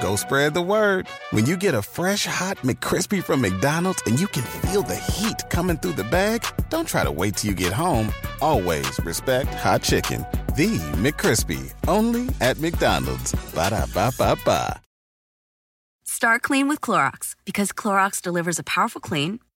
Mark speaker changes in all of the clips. Speaker 1: Go spread the word. When you get a fresh hot McCrispy from McDonald's and you can feel the heat coming through the bag, don't try to wait till you get home. Always respect hot chicken. The McCrispy, only at McDonald's. Ba da ba ba ba.
Speaker 2: Start clean with Clorox because Clorox delivers a powerful clean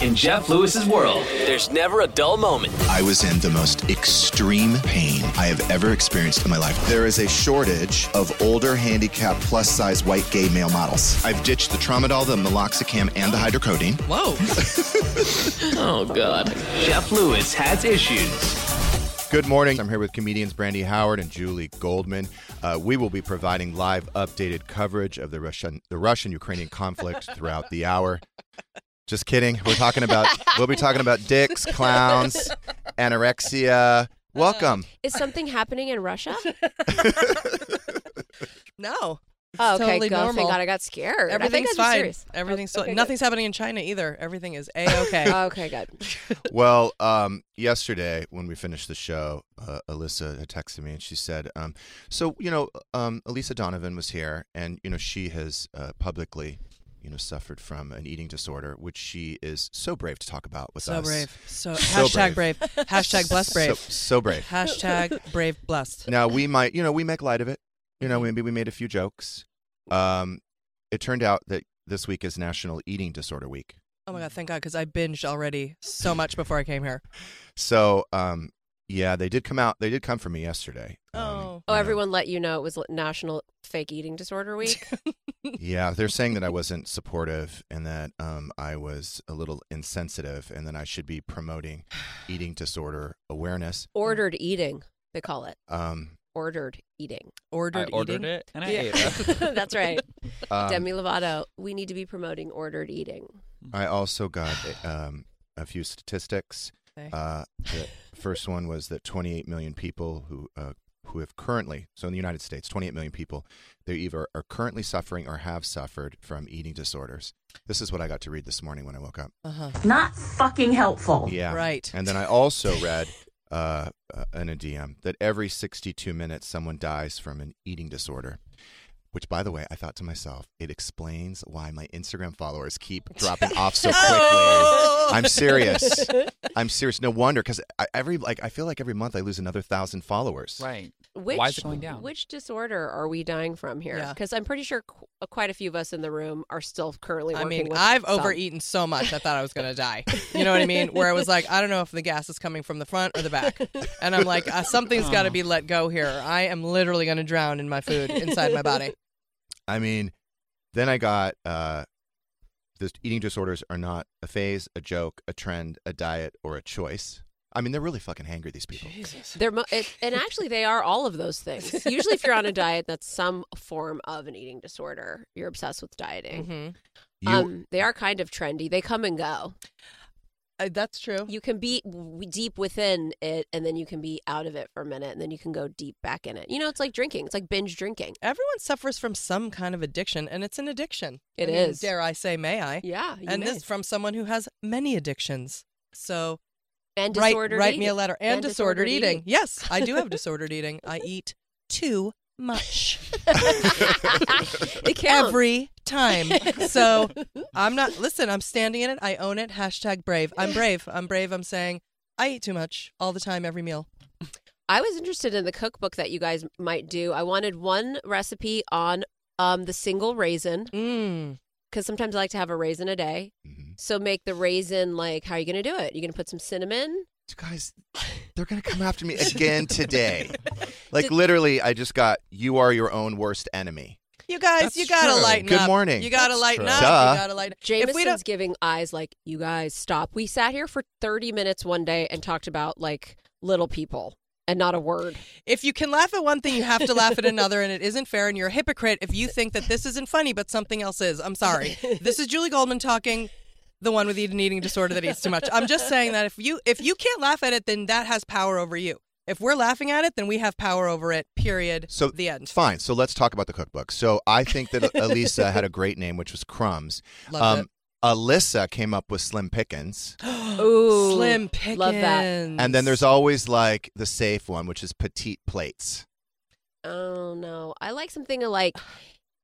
Speaker 3: In Jeff Lewis's world, there's never a dull moment.
Speaker 4: I was in the most extreme pain I have ever experienced in my life. There is a shortage of older, handicapped, plus size white gay male models. I've ditched the Tramadol, the Meloxicam, and the hydrocodone.
Speaker 3: Whoa. oh, God. Jeff Lewis has issues.
Speaker 5: Good morning. I'm here with comedians Brandy Howard and Julie Goldman. Uh, we will be providing live, updated coverage of the Russian the Russian Ukrainian conflict throughout the hour. Just kidding. We're talking about we'll be talking about dicks, clowns, anorexia. Welcome.
Speaker 6: Is something happening in Russia?
Speaker 7: Um,
Speaker 8: No.
Speaker 6: Oh, okay.
Speaker 8: totally
Speaker 6: good.
Speaker 8: normal.
Speaker 6: Thank God I got scared. I think
Speaker 8: Everything's
Speaker 6: I was
Speaker 8: fine.
Speaker 6: serious.
Speaker 8: Everything's
Speaker 6: Oh,
Speaker 8: okay,
Speaker 6: okay,
Speaker 8: nothing's happening in China either. Everything is a okay.
Speaker 6: good. Okay, good.
Speaker 5: Well, um, yesterday when we finished the show, uh, Alyssa had texted me and she said, um, "So you know, um, Elisa Donovan was here, and you know she has uh, publicly, you know, suffered from an eating disorder, which she is so brave to talk about with
Speaker 8: so
Speaker 5: us.
Speaker 8: brave. So,
Speaker 5: So
Speaker 8: hashtag brave. Hashtag blessed brave.
Speaker 5: so, so brave.
Speaker 8: Hashtag brave blessed. Mm-hmm.
Speaker 5: Now we might, you know, we make light of it. You know, maybe we made a few jokes. Um, it turned out that this week is National Eating Disorder Week,
Speaker 8: Oh my god, thank God, because I binged already so much before I came here.
Speaker 5: so um, yeah, they did come out. They did come for me yesterday. Um,
Speaker 8: Oh.
Speaker 5: you
Speaker 6: Oh,
Speaker 5: know,
Speaker 6: everyone let you know it was National Fake Eating Disorder Week.
Speaker 5: Yeah, they're saying that I wasn't supportive and that um, I was a little insensitive, and that I should be promoting eating disorder awareness.
Speaker 6: Ordered eating, they call it.
Speaker 5: Um,
Speaker 6: Ordered eating.
Speaker 8: Ordered
Speaker 7: I ordered
Speaker 8: eating.
Speaker 7: it and I
Speaker 6: Yeah.
Speaker 7: ate it.
Speaker 6: That's right.
Speaker 5: um,
Speaker 6: Demi Lovato, we need to be promoting ordered eating.
Speaker 5: I also got um, a few statistics.
Speaker 8: Okay.
Speaker 5: Uh, the first one was that 28 million people who uh, who have currently, so in the United States, 28 million people, they either are currently suffering or have suffered from eating disorders. This is what I got to read this morning when I woke up.
Speaker 8: Uh-huh.
Speaker 9: Not fucking helpful.
Speaker 5: Yeah,
Speaker 8: Right.
Speaker 5: And then I also read uh, uh, in a DM that every 62 minutes someone dies from an eating disorder. Which, by the way, I thought to myself, it explains why my Instagram followers keep dropping off so quickly.
Speaker 8: Oh!
Speaker 5: I'm serious. I'm serious. No wonder, because every like I feel like every month I lose another thousand followers.
Speaker 7: Right.
Speaker 6: Which,
Speaker 7: Why is it going down?
Speaker 6: Which disorder are we dying from here?
Speaker 8: Yeah.
Speaker 6: Because I'm pretty sure qu- quite a few of us in the room are still currently
Speaker 8: I
Speaker 6: working
Speaker 8: mean,
Speaker 6: with
Speaker 8: I've
Speaker 6: some.
Speaker 8: overeaten so much I thought I was gonna die. You know what I mean? Where I was like, I don't know if the gas is coming from the front or the back, and I'm like, uh, something's got to be let go here. or I am literally gonna drown in my food inside my body.
Speaker 5: I mean, then I got uh, this eating disorders are not a phase, a joke, a trend, a diet, or a choice. I mean, they're really fucking hangry. These people.
Speaker 6: They're mo- it, and actually, they are all of those things. Usually, if you're on a diet, that's some form of an eating disorder. You're obsessed with dieting.
Speaker 8: hmm
Speaker 5: You,
Speaker 6: Um, they are kind of trendy. They come and go.
Speaker 8: Uh, that's true.
Speaker 6: You can be w- deep within it, and then you can be out of it for a minute, and then you can go deep back in it. You know, it's like drinking. It's like binge drinking.
Speaker 8: Everyone suffers from some kind of addiction, and it's an addiction. It
Speaker 6: It
Speaker 8: is.
Speaker 6: is.
Speaker 8: Dare I say, may I?
Speaker 6: Yeah, Ah, you
Speaker 8: and
Speaker 6: may.
Speaker 8: this is from someone who has many addictions. So
Speaker 6: and
Speaker 8: write,
Speaker 6: disordered
Speaker 8: write
Speaker 6: eating.
Speaker 8: me a letter. And, disordered, eating. Yes, I do have disordered eating. I eat too much
Speaker 6: it counts.
Speaker 8: every time. So I'm not, listen, I'm standing in it. I own it. Hashtag brave. I'm brave. I'm brave. I'm saying I eat too much all the time, every meal.
Speaker 6: I was interested in the cookbook that you guys might do. I wanted one recipe on um, the single raisin
Speaker 8: Mm.
Speaker 6: because sometimes I like to have a raisin a day.
Speaker 5: Mhm.
Speaker 6: So make the raisin like how are you going to do it? You going to put some cinnamon?
Speaker 5: You guys, they're gonna come after me again today. Like literally, I just got "You are your own worst enemy."
Speaker 8: You guys,
Speaker 7: That's
Speaker 8: you gotta
Speaker 7: true.
Speaker 8: lighten
Speaker 5: Good
Speaker 8: up.
Speaker 5: morning.
Speaker 8: You gotta
Speaker 7: That's
Speaker 8: lighten
Speaker 7: true.
Speaker 8: up.
Speaker 5: Duh.
Speaker 8: You gotta lighten. If we
Speaker 6: Jameson's
Speaker 8: don't,
Speaker 6: giving eyes like you guys stop. We sat here for 30 minutes one day and talked about like little people. and not a word.
Speaker 8: If you can laugh at one thing, you have to laugh at another, and it isn't fair. And you're a hypocrite if you think that this isn't funny, but something else is. I'm sorry. This is Julie Goldman talking. The one with eating eating disorder that eats too much. I'm just saying that if you if you can't laugh at it, then that has power over you. If we're laughing at it, then we have power over it. Period.
Speaker 5: So
Speaker 8: the end.
Speaker 5: Fine. So let's talk about the cookbook. So I think that Elisa had a great name, which was Crumbs. Um,
Speaker 8: Loved it.
Speaker 5: Alyssa came up with Slim Pickens,
Speaker 6: Ooh,
Speaker 8: Slim Pickens.
Speaker 6: Love that.
Speaker 5: and then there's always like the safe one, which is Petite Plates.
Speaker 6: Oh no, I like something like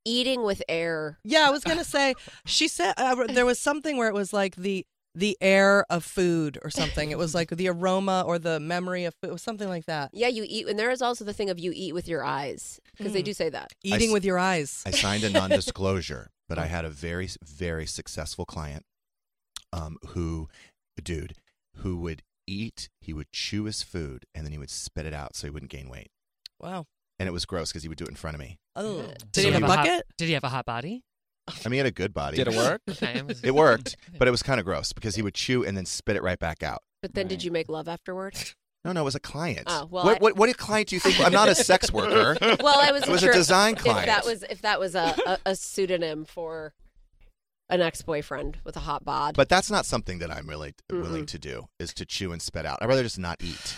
Speaker 6: eating with air.
Speaker 8: Yeah, I was gonna say she said uh, there was something where it was like the the air of food or something. It was like the aroma or the memory of food, it was something like that.
Speaker 6: Yeah, you eat, and there is also the thing of you eat with your eyes because they do say that.
Speaker 8: Hmm. Eating
Speaker 5: s-
Speaker 8: with your eyes.
Speaker 5: I signed a non-disclosure, but I had a very, very successful client, um, who, a dude, who would eat, he would chew his food, and then he would spit it out so he wouldn't gain weight,
Speaker 8: wow.
Speaker 5: and it was gross because he would do it in front of me.
Speaker 8: Oh.
Speaker 5: So
Speaker 7: Did he
Speaker 5: you-
Speaker 7: have a
Speaker 8: bucket?
Speaker 7: Hot, did he have a hot body?
Speaker 5: I mean, he had a good body.
Speaker 10: Did it work?
Speaker 7: I was-
Speaker 5: It worked, but it was kind of gross because he would chew and then spit it right back out.
Speaker 6: But then, did you make love afterward?
Speaker 5: No, no, it was a client.
Speaker 6: Oh, well,
Speaker 5: what,
Speaker 6: I-
Speaker 5: what, what client do you think? I'm not a sex worker.
Speaker 6: Well, I was.
Speaker 5: It was a
Speaker 6: sure
Speaker 5: design client.
Speaker 6: If that was if that was a, a, a pseudonym for an ex boyfriend with a hot bod.
Speaker 5: But that's not something that I'm really willing
Speaker 6: Mm-mm.
Speaker 5: to do is to chew and spit out. I'd rather just not eat.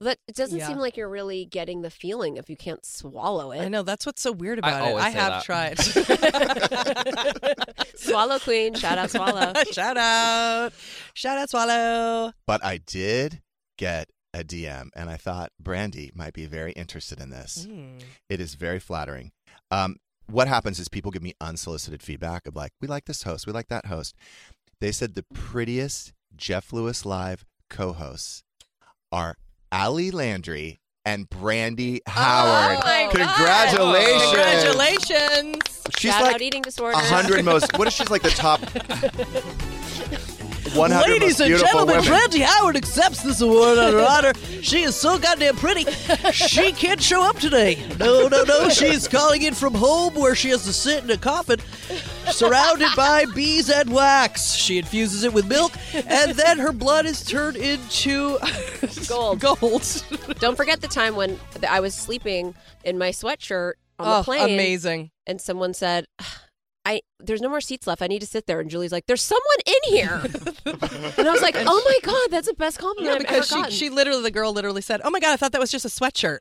Speaker 6: that it doesn't
Speaker 8: Yeah.
Speaker 6: seem like you're really getting the feeling if you can't swallow it.
Speaker 8: I know that's what's so weird about it.
Speaker 10: always
Speaker 8: I
Speaker 10: say
Speaker 8: have
Speaker 10: that.
Speaker 8: tried.
Speaker 6: Swallow queen, shout out swallow.
Speaker 8: Shout out. Shout out swallow.
Speaker 5: But I did get a DM and I thought Brandy might be very interested in this.
Speaker 8: Mm.
Speaker 5: It is very flattering. Um, what happens is people give me unsolicited feedback of like, we like this host, we like that host. They said the prettiest Jeff Lewis Live co hosts are Ali Landry and Brandy
Speaker 6: Oh
Speaker 5: Howard.
Speaker 8: Oh my God.
Speaker 5: Congratulations.
Speaker 8: Congratulations.
Speaker 5: She's
Speaker 6: shout out
Speaker 5: like
Speaker 6: eating disorder.
Speaker 5: a hundred most. What is she's like the top? One hundred
Speaker 8: Ladies
Speaker 5: most
Speaker 8: and
Speaker 5: beautiful
Speaker 8: gentlemen,
Speaker 5: women.
Speaker 8: Brandy Howard accepts this award on her honor. She is so goddamn pretty. She can't show up today. No, no, no. She's calling in from home where she has to sit in a coffin surrounded by bees and wax. She infuses it with milk, and then her blood is turned into
Speaker 6: Gold.
Speaker 8: gold.
Speaker 6: Don't forget the time when th- I was sleeping in my sweatshirt on
Speaker 8: Oh,
Speaker 6: the plane. And someone said, "Ah, I there's no more seats left. I need to sit there. And Julie's like, there's someone in here. and I was like, oh my God, that's the best compliment I've
Speaker 8: because
Speaker 6: ever
Speaker 8: she,
Speaker 6: gotten.
Speaker 8: she literally, the girl literally said, Oh my God, I thought that was just a sweatshirt.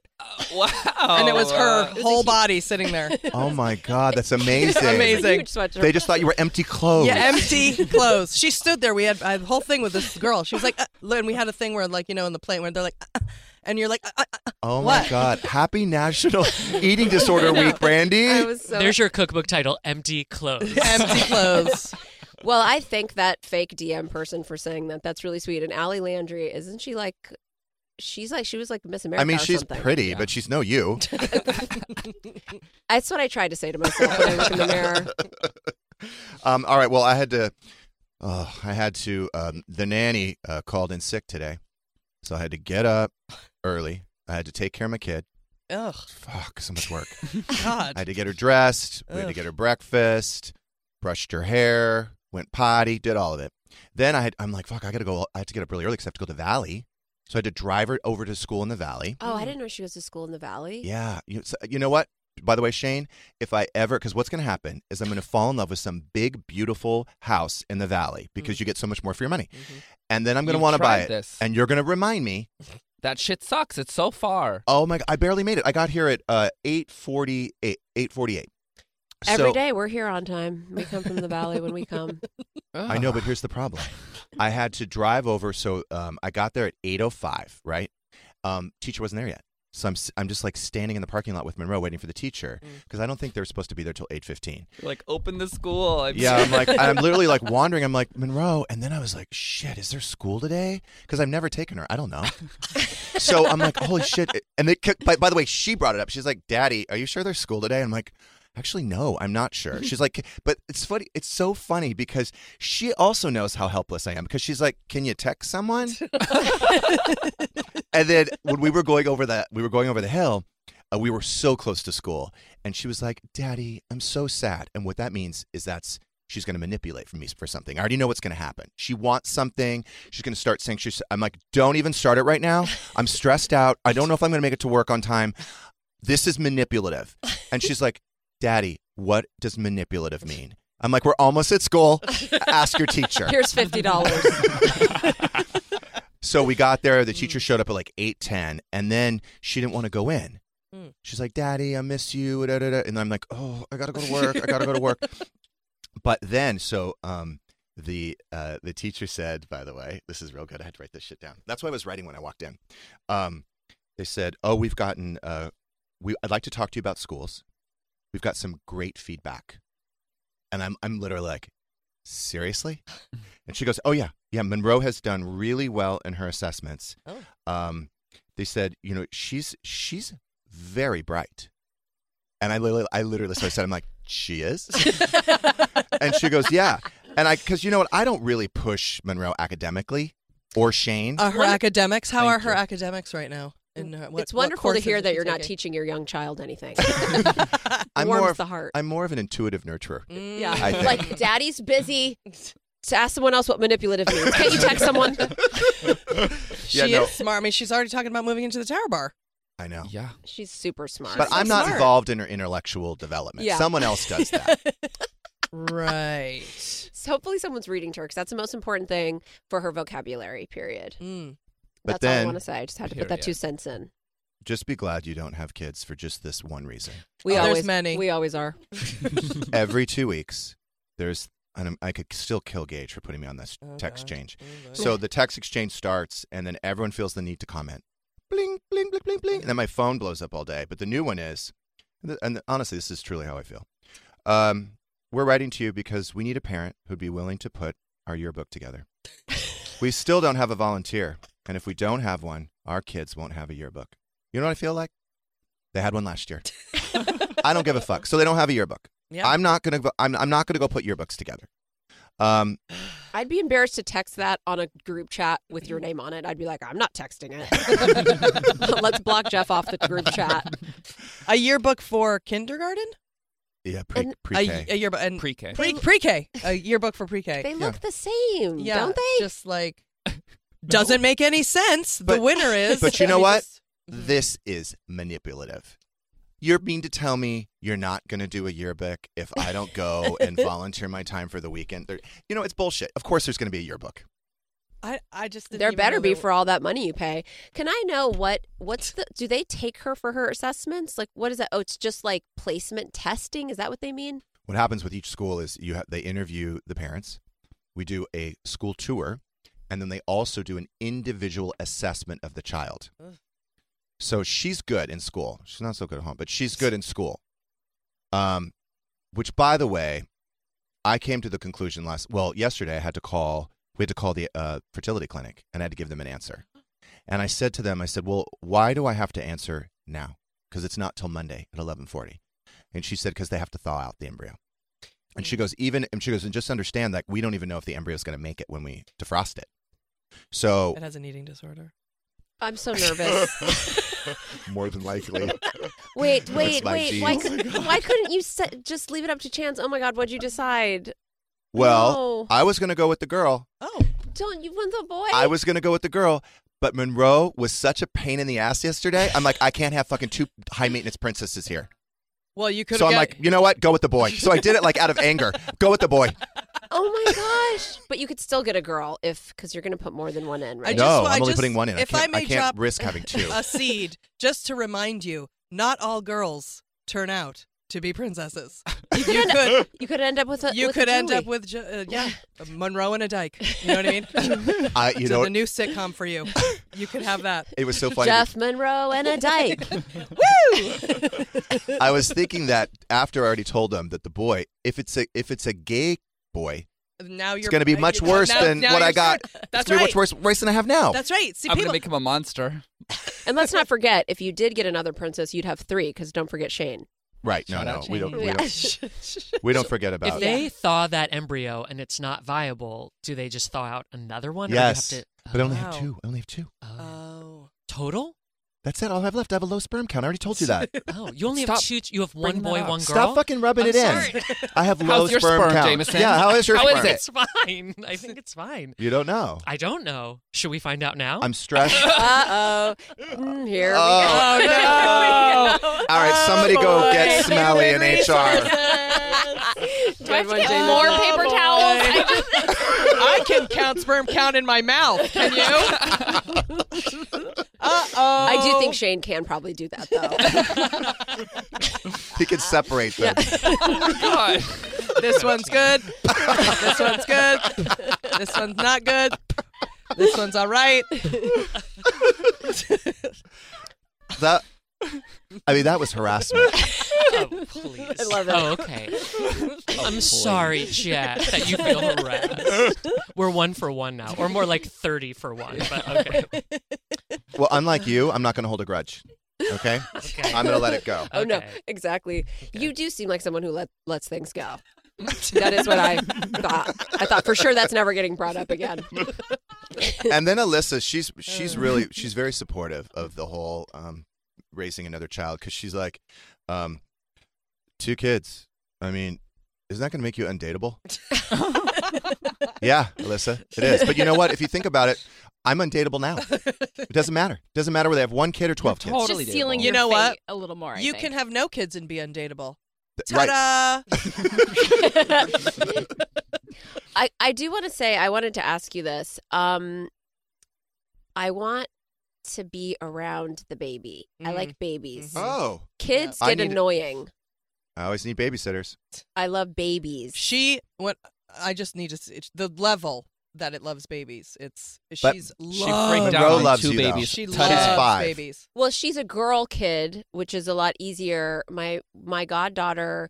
Speaker 10: Wow.
Speaker 8: and it was her
Speaker 10: Uh,
Speaker 8: whole body sitting there.
Speaker 5: Oh my god, that's amazing.
Speaker 8: Amazing.
Speaker 6: Huge sweatshirt.
Speaker 5: They just thought you were empty clothes.
Speaker 8: Yeah, empty clothes. She stood there. We had I had the whole thing with this girl. She was like, uh, and we had a thing where, like, you know, in the plane where they're like, uh, uh, and you're like, uh, uh, uh,
Speaker 5: oh my
Speaker 8: What?
Speaker 5: god. Happy National Eating Disorder Week, Brandy.
Speaker 6: I was so
Speaker 7: There's your cookbook title, Empty Clothes.
Speaker 8: empty clothes.
Speaker 6: Well, I thank that fake DM person for saying that. That's really sweet. And Allie Landry, isn't she like she's like she was like Miss America?
Speaker 5: I mean,
Speaker 6: or
Speaker 5: she's
Speaker 6: something.
Speaker 5: pretty, but she's no you.
Speaker 6: That's what I tried to say to myself when I look in the mirror.
Speaker 5: Um, all right. Well, I had to. Oh, I had to. Um, the nanny uh, called in sick today, so I had to get up early. I had to take care of my kid.
Speaker 8: Ugh,
Speaker 5: Fuck, so much work. I
Speaker 8: God.
Speaker 5: had to get her dressed. We had to
Speaker 8: Ugh.
Speaker 5: get her breakfast, brushed her hair, went potty, did all of it. Then I had, I'm like, fuck, I gotta go. I have to get up really early because I have to go to Valley. So I had to drive her over to school in the Valley.
Speaker 6: Oh, I didn't know she goes to school in the valley.
Speaker 5: Mm. Yeah. You, so- you know what? By the way, Shane, if I ever, because what's gonna happen is I'm gonna fall in love with some big, beautiful house in the Valley because you get so much more for your money. And then I'm gonna
Speaker 10: Mm. Mm-hmm. You've
Speaker 5: wanna buy
Speaker 10: tried
Speaker 5: it.
Speaker 10: this.
Speaker 5: And you're gonna remind me,
Speaker 10: That shit sucks. It's so far.
Speaker 5: oh my, God, I barely made it. I got here at uh, 8.48. 8.48.
Speaker 6: Every
Speaker 5: so,
Speaker 6: day we're here on time. We come from the valley when we come.
Speaker 5: I know, but here's the problem. I had to drive over, so um, I got there at 8:05. Right, um, teacher wasn't there yet, so I'm s- I'm just like standing in the parking lot with Monroe waiting for the teacher
Speaker 6: Mm.
Speaker 5: because I don't think they're supposed to be there till 8:15.
Speaker 10: You're like, open the school. I'm
Speaker 5: Yeah, I'm like I'm literally like wandering. I'm like Monroe, and then I was like, shit, is there school today? Because I've never taken her. I don't know. so I'm like, holy shit. And they, kept- by, by the way, she brought it up. She's like, Daddy, are you sure there's school today? I'm like. Actually, no, I'm not sure. She's like, but it's funny. It's so funny because she also knows how helpless I am because she's like, can you text someone? and then when we were going over the we were going over the hill, uh, we were so close to school, and she was like, Daddy, I'm so sad. And what that means is that's she's going to manipulate for me for something. I already know what's going to happen. She wants something. She's going to start saying she's. I'm like, don't even start it right now. I'm stressed out. I don't know if I'm going to make it to work on time. This is manipulative. And she's like, Daddy, what does manipulative mean? I'm like, we're almost at school. Ask your teacher.
Speaker 6: Here's fifty dollars.
Speaker 5: So we got there. The teacher showed up at like eight ten, and then she didn't want to go in.
Speaker 8: Mm.
Speaker 5: She's like, "Daddy, I miss you." Da, da, da. And I'm like, "Oh, I gotta go to work. I gotta go to work." But then, so um, the uh, the teacher said, by the way, this is real good. I had to write this shit down. That's what I was writing when I walked in. Um, they said, "Oh, we've gotten. Uh, we I'd like to talk to you about schools. We've got some great feedback." And I'm I'm literally like, seriously? And she goes, oh yeah, yeah. Monroe has done really well in her assessments.
Speaker 8: Oh.
Speaker 5: Um, they said, you know, she's she's very bright. And I literally, I literally, so I said, I'm like, she is. and she goes, yeah. And I, because you know what, I don't really push Monroe academically or Shane.
Speaker 8: Are her academics? How are her academics right now? In her, what,
Speaker 6: it's wonderful to hear that you're not
Speaker 8: teaching.
Speaker 6: teaching your young child anything.
Speaker 5: I'm
Speaker 6: warms
Speaker 5: more of,
Speaker 6: the heart.
Speaker 5: I'm more of an intuitive nurturer.
Speaker 6: Mm. yeah,
Speaker 5: I think.
Speaker 6: like daddy's busy. To ask someone else what manipulative means. Can't you text someone?
Speaker 8: She
Speaker 5: Yeah, no.
Speaker 8: is smart. I mean, she's already talking about moving into the tower bar.
Speaker 5: I know.
Speaker 10: Yeah.
Speaker 6: She's super smart.
Speaker 5: But
Speaker 8: so
Speaker 5: I'm not
Speaker 8: smart.
Speaker 5: involved in her intellectual development.
Speaker 6: Yeah.
Speaker 5: Someone else does that.
Speaker 8: Right.
Speaker 6: So hopefully someone's reading to her because that's the most important thing for her vocabulary. Period.
Speaker 8: Mm.
Speaker 5: But
Speaker 6: that's all I
Speaker 5: then-
Speaker 6: want to say. I just had to put that
Speaker 10: Period.
Speaker 6: two cents in.
Speaker 5: Just be glad you don't have kids for just this one reason.
Speaker 6: We
Speaker 8: Oh, there's
Speaker 6: always
Speaker 8: many.
Speaker 6: We always are.
Speaker 5: Every two weeks, there's, and I'm- I could still kill Gage for putting me on this
Speaker 8: Oh,
Speaker 5: text
Speaker 8: God.
Speaker 5: change.
Speaker 8: Oh, Lord.
Speaker 5: So the text exchange starts, and then everyone feels the need to comment. Bling, bling, bling, bling, bling. And then my phone blows up all day. But the new one is, and honestly, this is truly how I feel. Um, we're writing to you because we need a parent who'd be willing to put our yearbook together. we still don't have a volunteer. And if we don't have one, our kids won't have a yearbook. You know what I feel like? They had one last year. I don't give a fuck. So they don't have a yearbook.
Speaker 8: Yeah.
Speaker 5: I'm not gonna. Go, I'm, I'm not gonna go put yearbooks together. Um,
Speaker 6: I'd be embarrassed to text that on a group chat with your name on it. I'd be like, I'm not texting it. Let's block Jeff off the group chat.
Speaker 8: a yearbook for kindergarten.
Speaker 5: yeah, pre
Speaker 6: And
Speaker 5: pre
Speaker 8: A, a yearbook and
Speaker 10: Pre-K.
Speaker 8: pre pre K. A yearbook for pre K.
Speaker 6: They look the same,
Speaker 8: Yeah,
Speaker 6: don't they?
Speaker 8: Just like doesn't make any sense. The
Speaker 5: But-
Speaker 8: winner is.
Speaker 5: but you know
Speaker 8: I mean,
Speaker 5: what? Mm-hmm.
Speaker 8: just-
Speaker 5: This is manipulative. You're mean to tell me you're not gonna do a yearbook if I don't go and volunteer my time for the weekend. There- you know it's bullshit. Of course there's gonna be a yearbook.
Speaker 8: I I just didn't
Speaker 6: There
Speaker 8: even
Speaker 6: better
Speaker 8: know
Speaker 6: be
Speaker 8: there-
Speaker 6: for all that money you pay. Can I know what what's the do they take her for her assessments? Like what is that? Oh, it's just like placement testing. Is that what they mean?
Speaker 5: What happens with each school is you ha- they interview the parents. We do a school tour, and then they also do an individual assessment of the child. So she's good in school. She's not so good at home, but she's good in school. Um, which, by the way, I came to the conclusion last. Well, yesterday I had to call. We had to call the uh, fertility clinic, and I had to give them an answer. And I said to them, I said, "Well, why do I have to answer now? Because it's not till Monday at eleven forty. And she said, "Because they have to thaw out the embryo." And she goes, "Even," and she goes, "And just understand that we don't even know if the embryo is going to make it when we defrost it." So Oh.
Speaker 8: It has an eating disorder.
Speaker 6: I'm so nervous.
Speaker 5: more than likely,
Speaker 6: wait,
Speaker 5: That's
Speaker 6: wait,
Speaker 5: my
Speaker 6: wait. Why,
Speaker 5: genes.
Speaker 6: could,
Speaker 8: Oh
Speaker 6: why couldn't you se- just leave it up to chance? Oh my God, what'd you decide?
Speaker 5: well,
Speaker 6: No.
Speaker 5: I was going to go with the girl.
Speaker 8: Oh,
Speaker 6: Don't you want the boy?
Speaker 5: I was going to go with the girl, but Monroe was such a pain in the ass yesterday. I'm like, I can't have fucking two high maintenance princesses here.
Speaker 8: well, you could.
Speaker 5: So I'm like, you know what? Go with the boy. So I did it like out of anger. Go with the boy.
Speaker 6: Oh my gosh! But you could still get a girl if because you're going to put more than one in,
Speaker 8: I
Speaker 6: right?
Speaker 8: just,
Speaker 5: No,
Speaker 8: wa-
Speaker 5: I'm
Speaker 8: I
Speaker 5: only
Speaker 8: just-
Speaker 5: putting one in. I
Speaker 8: If I,
Speaker 5: can't- I
Speaker 8: may
Speaker 5: can't
Speaker 8: drop
Speaker 5: risk having two.
Speaker 8: a seed, just to remind you, not all girls turn out to be princesses. You, you could,
Speaker 6: you could end up with a.
Speaker 8: you
Speaker 6: with a
Speaker 8: could end up
Speaker 6: Julie.
Speaker 8: with, ju- uh, yeah, a Monroe and a Dyke. You know what I mean?
Speaker 5: I, you
Speaker 8: to
Speaker 5: know,
Speaker 8: the new sitcom for you. You could have that.
Speaker 5: it was so funny.
Speaker 6: Jeff Monroe and a dyke.
Speaker 5: I was thinking that after I already told them that the boy, if it's a if it's a gay boy,
Speaker 8: Now Oh, you're.
Speaker 5: it's going to be much
Speaker 8: now-
Speaker 5: worse
Speaker 8: now-
Speaker 5: than
Speaker 8: now
Speaker 5: what I
Speaker 8: you're
Speaker 5: got.
Speaker 8: screwed.
Speaker 5: It's
Speaker 8: That's
Speaker 5: gonna
Speaker 8: right.
Speaker 5: be much worse race than I have now.
Speaker 8: That's right. See,
Speaker 10: I'm
Speaker 8: people.
Speaker 10: gonna make him a monster.
Speaker 6: and let's not forget, if you did get another princess, you'd have three. Because don't forget Shane.
Speaker 5: right. No,
Speaker 10: Shout
Speaker 5: no,
Speaker 10: out,
Speaker 5: we don't, we
Speaker 6: Yeah.
Speaker 5: don't. We don't forget about.
Speaker 7: If they thaw that embryo and it's not viable, do they just thaw out another one? Or do you have
Speaker 5: yes,
Speaker 7: to-
Speaker 5: but I only have
Speaker 8: Wow.
Speaker 5: two. I only have two.
Speaker 7: Oh.
Speaker 8: oh,
Speaker 7: total?
Speaker 5: That's it. All I have left. I have a low sperm count. I already told you that.
Speaker 7: Oh, you only
Speaker 10: Stop
Speaker 7: have two. You have one
Speaker 10: bringing that
Speaker 7: boy,
Speaker 10: up.
Speaker 7: one girl.
Speaker 5: Stop fucking rubbing
Speaker 7: I'm
Speaker 5: it in.
Speaker 7: sorry.
Speaker 5: I have low
Speaker 10: How's your
Speaker 5: sperm,
Speaker 10: sperm,
Speaker 5: count.
Speaker 10: Jameson?
Speaker 5: Yeah, how is your
Speaker 10: How is
Speaker 5: sperm?
Speaker 10: it?
Speaker 7: It's fine. I think it's fine.
Speaker 5: You don't know.
Speaker 7: I don't know. Should we find out now?
Speaker 5: I'm stressed.
Speaker 6: Uh oh. Here we go.
Speaker 5: Oh,
Speaker 7: Oh,
Speaker 6: no.
Speaker 5: All right, somebody go get Smelly in HR.
Speaker 6: Do I have to get more paper towels? I just-
Speaker 8: I can count sperm count in my mouth. Can you? Uh oh.
Speaker 6: I do think Shane can probably do that though.
Speaker 5: He can separate them.
Speaker 10: God.
Speaker 8: this one's good. This one's good. This one's not good. This one's all right.
Speaker 5: That. I mean, that was harassment.
Speaker 7: Oh, please. I
Speaker 6: love it.
Speaker 7: Oh, okay. I'm sorry, Chad, that you feel harassed. We're one for one now, or more like 30 for one, but okay.
Speaker 5: Well, unlike you, I'm not going to hold a grudge. Okay?
Speaker 7: Okay.
Speaker 5: I'm going to let it go.
Speaker 6: Oh no,
Speaker 7: Okay.
Speaker 6: exactly. You do seem like someone who let, lets things go. that is what I thought. I thought for sure that's never getting brought up again.
Speaker 5: And then Alyssa, she's
Speaker 8: Uh.
Speaker 5: she's really she's very supportive of the whole um, raising another child because she's like, um, two kids. I mean, isn't that going to make you undateable? yeah, Alyssa, it is. But you know what? If you think about it, I'm undateable now. It doesn't matter. It doesn't matter whether I have one kid or twelve kids.
Speaker 10: Totally
Speaker 9: just sealing
Speaker 10: doable.
Speaker 8: You
Speaker 9: your
Speaker 8: know
Speaker 9: fate
Speaker 8: what?
Speaker 9: a little more. I
Speaker 8: you
Speaker 9: think.
Speaker 8: can have no kids and be undateable.
Speaker 5: Th- Right.
Speaker 8: Ta da!
Speaker 6: I, I do want to say I wanted to ask you this. Um, I want to be around the baby. I
Speaker 8: Mm.
Speaker 6: like babies.
Speaker 8: Mhm.
Speaker 5: Oh,
Speaker 6: Kids
Speaker 5: Mm-hmm. I
Speaker 6: get
Speaker 5: need-
Speaker 6: annoying.
Speaker 5: I always need babysitters.
Speaker 6: I love babies.
Speaker 8: She what I just need to see it's the level that it loves babies. It's
Speaker 5: But
Speaker 8: she's
Speaker 10: She
Speaker 8: loves,
Speaker 10: freaked
Speaker 5: Monroe
Speaker 10: out on
Speaker 5: loves
Speaker 10: two
Speaker 5: you, though.
Speaker 10: babies.
Speaker 8: She
Speaker 10: Tutties.
Speaker 8: loves
Speaker 5: five.
Speaker 8: babies.
Speaker 6: Well, she's a girl kid, which is a lot easier. My my goddaughter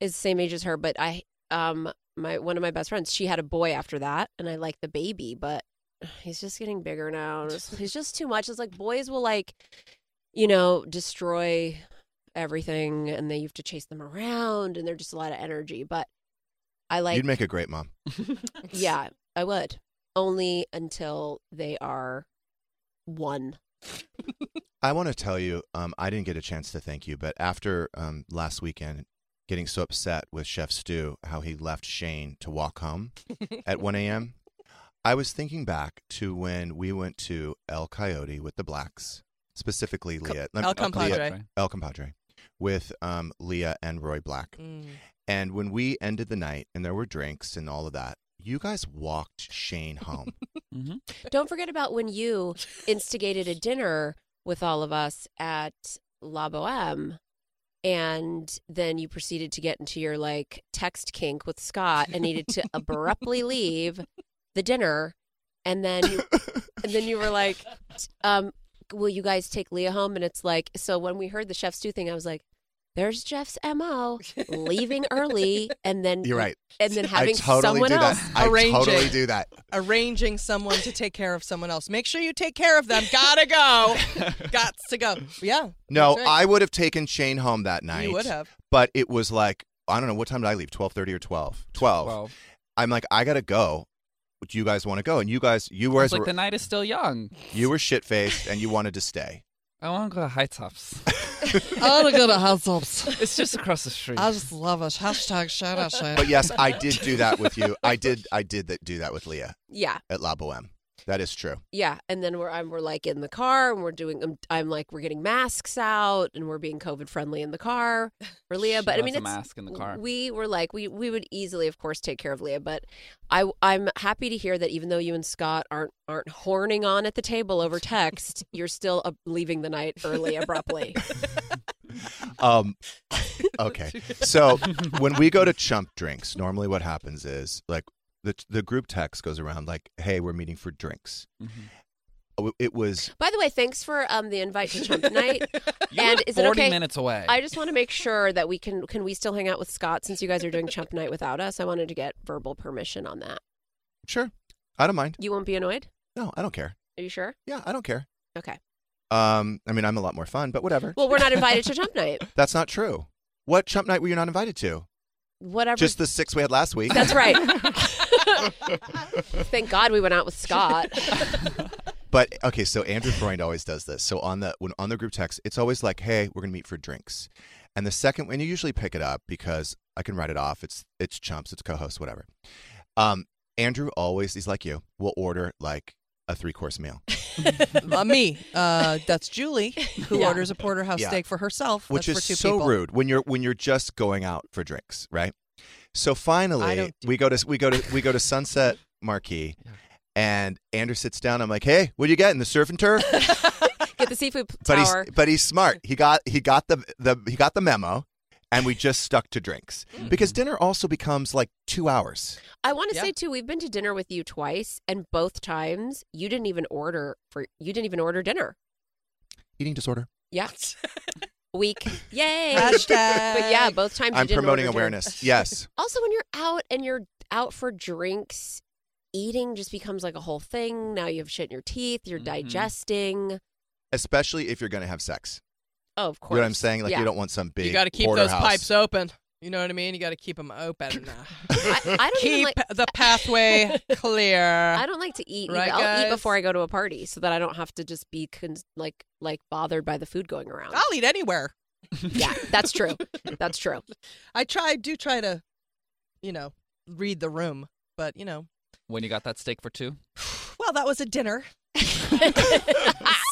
Speaker 6: is the same age as her, but I um my one of my best friends, she had a boy after that, and I like the baby, but he's just getting bigger now. and it's- He's just too much. It's like boys will like, you know, destroy everything, and they you have to chase them around, and they're just a lot of energy. But I like,
Speaker 5: You'd make a great mom.
Speaker 6: yeah, I would only until they are one.
Speaker 5: I want to tell you, um, I didn't get a chance to thank you, but after um, last weekend, getting so upset with Chef Stu, how he left Shane to walk home at 1 a.m., I was thinking back to when we went to El Coyote with the Blacks, specifically Leah.
Speaker 8: El Compadre.
Speaker 5: Leah- El Compadre. With um, Leah and Roy Black.
Speaker 8: Mm.
Speaker 5: And when we ended the night and there were drinks and all of that, you guys walked Shane home.
Speaker 6: Don't forget about when you instigated a dinner with all of us at La Boheme. And then you proceeded to get into your like text kink with Scott and needed to abruptly leave the dinner. And then you, and then you were like, t- um, will you guys take Leah home? And it's like, so when we heard the chef's do thing, I was like, there's Jeff's MO leaving early and then
Speaker 5: You're right.
Speaker 6: and then having
Speaker 5: I totally
Speaker 6: someone
Speaker 5: do
Speaker 6: else
Speaker 5: that. I
Speaker 8: arrange
Speaker 5: totally
Speaker 8: it.
Speaker 5: do that.
Speaker 8: Arranging someone to take care of someone else. Make sure you take care of them. Gotta go. Gots to go. Yeah.
Speaker 5: No,
Speaker 8: That's right.
Speaker 5: I would have taken Shane home that night.
Speaker 8: You would have.
Speaker 5: But it was like I don't know what time did I leave? Twelve thirty or twelve? Twelve.
Speaker 10: Well,
Speaker 5: I'm like I gotta go. Do you guys want to go? And you guys, you were
Speaker 10: it's like the night is still young.
Speaker 5: you were shit faced and you wanted to stay.
Speaker 10: I want to go to High Tops.
Speaker 8: I want to go to house ups.
Speaker 10: It's just across the street.
Speaker 8: I just love us. Hashtag shout out Shane.
Speaker 5: But yes, I did do that with you. I did. I did that, do that with Leah
Speaker 6: Yeah.
Speaker 5: at La Boheme. That is true.
Speaker 6: Yeah, and then we're I'm, we're like in the car and we're doing I'm, I'm like we're getting masks out and we're being COVID friendly in the car for Leah.
Speaker 10: She
Speaker 6: but I
Speaker 10: loves
Speaker 6: mean,
Speaker 10: a
Speaker 6: it's
Speaker 10: mask in the car.
Speaker 6: We were like we we would easily, of course, take care of Leah. But I I'm happy to hear that even though you and Scott aren't aren't horning on at the table over text, you're still uh, leaving the night early abruptly.
Speaker 5: Um, okay. So when we go to chump drinks, normally what happens is like the the group text goes around like, "Hey, we're meeting for drinks."
Speaker 10: Mhm.
Speaker 5: Oh, It was
Speaker 6: By the way, thanks for um the invite to Trump night.
Speaker 10: You
Speaker 6: and
Speaker 10: live
Speaker 6: is it
Speaker 10: 40
Speaker 6: okay-
Speaker 10: minutes away.
Speaker 6: I just want to make sure that we can can we still hang out with Scott since you guys are doing Chump Night without us. I wanted to get verbal permission on that.
Speaker 5: sure. I don't mind.
Speaker 6: You won't be annoyed.
Speaker 5: No, I don't care.
Speaker 6: Are you sure?
Speaker 5: Yeah, I don't care.
Speaker 6: Okay.
Speaker 5: Um, I mean, I'm a lot more fun, but whatever.
Speaker 6: Well, we're not invited to Trump night.
Speaker 5: That's not true. What chump night were you not invited to?
Speaker 6: Whatever.
Speaker 5: Just the six we had last week.
Speaker 6: That's right. Thank God we went out with Scott.
Speaker 5: But okay, so Andrew Freund always does this. So on the when on the group text, it's always like, "Hey, we're gonna meet for drinks," and the second, and you usually pick it up because I can write it off. It's it's chumps, it's co-hosts, whatever. Um, Andrew always, he's like you, will order like a three-course meal.
Speaker 8: uh, me. Uh, that's Julie, who
Speaker 5: Yeah.
Speaker 8: orders a porterhouse
Speaker 5: Yeah.
Speaker 8: steak for herself.
Speaker 5: which
Speaker 8: that's
Speaker 5: is
Speaker 8: for two
Speaker 5: so
Speaker 8: people.
Speaker 5: rude when you're when you're just going out for drinks, right? So finally,
Speaker 8: don't
Speaker 5: we go to we go to we go to Sunset Marquee, and Andrew sits down. I'm like, "Hey, what do you get in the surf and turf?"
Speaker 6: Get the seafood
Speaker 5: but he's
Speaker 6: tower.
Speaker 5: but he's smart. He got he got the the he got the memo, and we just stuck to drinks
Speaker 8: Mm.
Speaker 5: because dinner also becomes like two hours.
Speaker 6: I want to
Speaker 5: Yeah.
Speaker 6: say too, we've been to dinner with you twice, and both times you didn't even order for you didn't even order dinner.
Speaker 5: Eating disorder.
Speaker 6: Yeah. Week. Yay.
Speaker 8: Hashtag.
Speaker 6: But yeah, both times you
Speaker 5: I'm
Speaker 6: didn't
Speaker 5: promoting
Speaker 6: order dinner.
Speaker 5: awareness. Yes.
Speaker 6: Also, when you're out and you're out for drinks, eating just becomes like a whole thing. Now you have shit in your teeth, you're
Speaker 8: Mm-hmm.
Speaker 6: digesting.
Speaker 5: Especially if you're going to have sex.
Speaker 6: Oh, of course.
Speaker 5: You know what I'm saying? Like
Speaker 6: Yeah.
Speaker 5: you don't want some big.
Speaker 8: You got to keep those
Speaker 5: porterhouse.
Speaker 8: pipes open. You know what I mean? You got to keep them open.
Speaker 6: I, I don't
Speaker 8: keep
Speaker 6: even like.
Speaker 8: the pathway clear.
Speaker 6: I don't like to eat. either.
Speaker 8: Uh, Right,
Speaker 6: I'll eat
Speaker 8: guys?
Speaker 6: before I go to a party, so that I don't have to just be cons- like like bothered by the food going around.
Speaker 8: I'll eat anywhere.
Speaker 6: yeah, that's true. That's true.
Speaker 8: I try. I do try to, you know, read the room. But you know,
Speaker 10: When you got that steak for two?
Speaker 8: well, that was a dinner.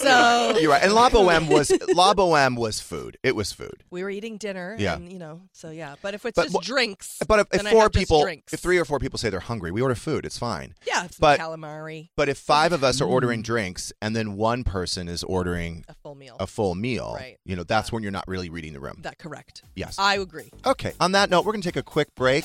Speaker 8: so
Speaker 5: You're right. And La Boheme was La Boheme was food. It was food.
Speaker 8: we were eating dinner.
Speaker 5: Yeah.
Speaker 8: And, you know, so yeah. But if it's
Speaker 5: But
Speaker 8: just
Speaker 5: wha-
Speaker 8: drinks,
Speaker 5: But if,
Speaker 8: then
Speaker 5: if
Speaker 8: I
Speaker 5: four
Speaker 8: have just
Speaker 5: people,
Speaker 8: drinks.
Speaker 5: if three or four people say they're hungry, we order food. It's fine.
Speaker 8: yeah, some
Speaker 5: but-
Speaker 8: calamari, Mm.
Speaker 5: But if five of us are ordering drinks and then one person is ordering
Speaker 8: a full meal.
Speaker 5: a full meal,
Speaker 8: Right.
Speaker 5: you know, that's when you're not really reading the room.
Speaker 8: that correct?
Speaker 5: Yes.
Speaker 8: I agree.
Speaker 5: Okay. On that note, we're going to take a quick break.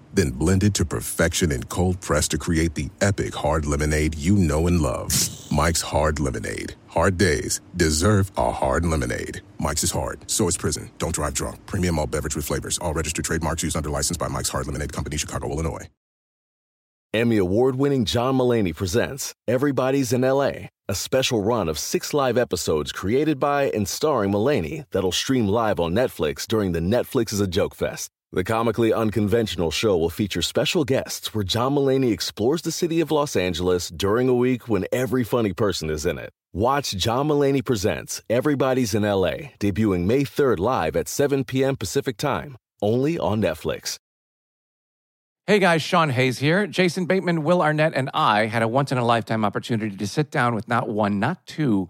Speaker 11: then blended to perfection and cold pressed to create the epic hard lemonade you know and love. Mike's Hard Lemonade. Hard days deserve a hard lemonade. Mike's is hard, so is prison. Don't drive drunk. Premium all beverage with flavors. All registered trademarks used under license by Mike's Hard Lemonade Company, Chicago, Illinois.
Speaker 12: Emmy award winning John Mullaney presents Everybody's in LA, a special run of six live episodes created by and starring Mullaney that'll stream live on Netflix during the Netflix is a Joke Fest. The comically unconventional show will feature special guests where John Mullaney explores the city of Los Angeles during a week when every funny person is in it. Watch John Mullaney Presents Everybody's in LA, debuting May 3rd live at 7 p.m. Pacific Time, only on Netflix.
Speaker 13: Hey guys, Sean Hayes here. Jason Bateman, Will Arnett, and I had a once in a lifetime opportunity to sit down with not one, not two,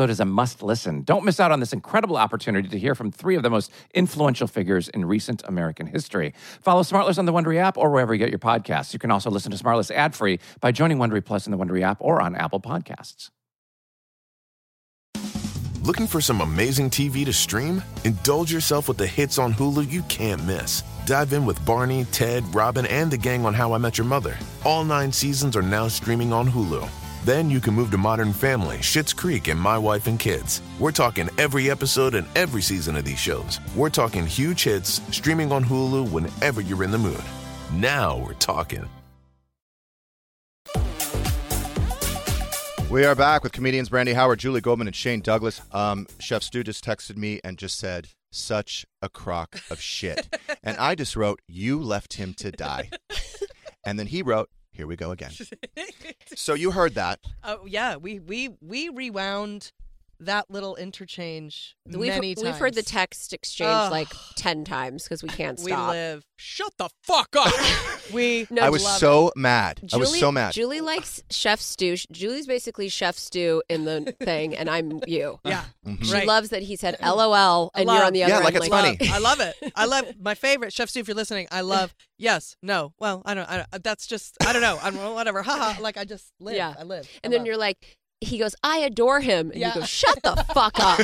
Speaker 13: is a must listen. Don't miss out on this incredible opportunity to hear from three of the most influential figures in recent American history. Follow Smartless on the Wondery app or wherever you get your podcasts. You can also listen to Smartless ad free by joining Wondery Plus in the Wondery app or on Apple Podcasts.
Speaker 14: Looking for some amazing TV to stream? Indulge yourself with the hits on Hulu you can't miss. Dive in with Barney, Ted, Robin, and the gang on How I Met Your Mother. All nine seasons are now streaming on Hulu. Then you can move to Modern Family, Schitt's Creek, and My Wife and Kids. We're talking every episode and every season of these shows. We're talking huge hits streaming on Hulu whenever you're in the mood. Now we're talking.
Speaker 5: We are back with comedians Brandy Howard, Julie Goldman, and Shane Douglas. Um, Chef Stu just texted me and just said, such a crock of shit. and I just wrote, you left him to die. and then he wrote, here we go again. So you heard that.
Speaker 8: Oh yeah, we we we rewound that little interchange
Speaker 6: We've,
Speaker 8: many times.
Speaker 6: we've heard the text exchange
Speaker 8: Ugh.
Speaker 6: like 10 times because we can't
Speaker 8: We
Speaker 6: stop.
Speaker 8: live. Shut the fuck up. we
Speaker 6: No,
Speaker 5: I was
Speaker 6: love
Speaker 5: so
Speaker 6: it.
Speaker 5: mad. I was
Speaker 6: Julie-
Speaker 5: so mad.
Speaker 6: Julie likes Chef Stew. Julie's basically Chef Stew in the thing, and I'm you. Yeah.
Speaker 5: Mhm.
Speaker 6: She
Speaker 8: Right.
Speaker 6: loves that he said LOL, and you're on the other end.
Speaker 8: I love it. I love my favorite chef Stu. If you're listening, I love. Yes, no. Well, I don't. I, don't- that's just. I don't know. I'm whatever. Haha. Like I just live.
Speaker 6: Yeah.
Speaker 8: I live.
Speaker 6: And then you're like, he goes, I adore him. And
Speaker 15: Yeah.
Speaker 6: you go, shut the fuck up.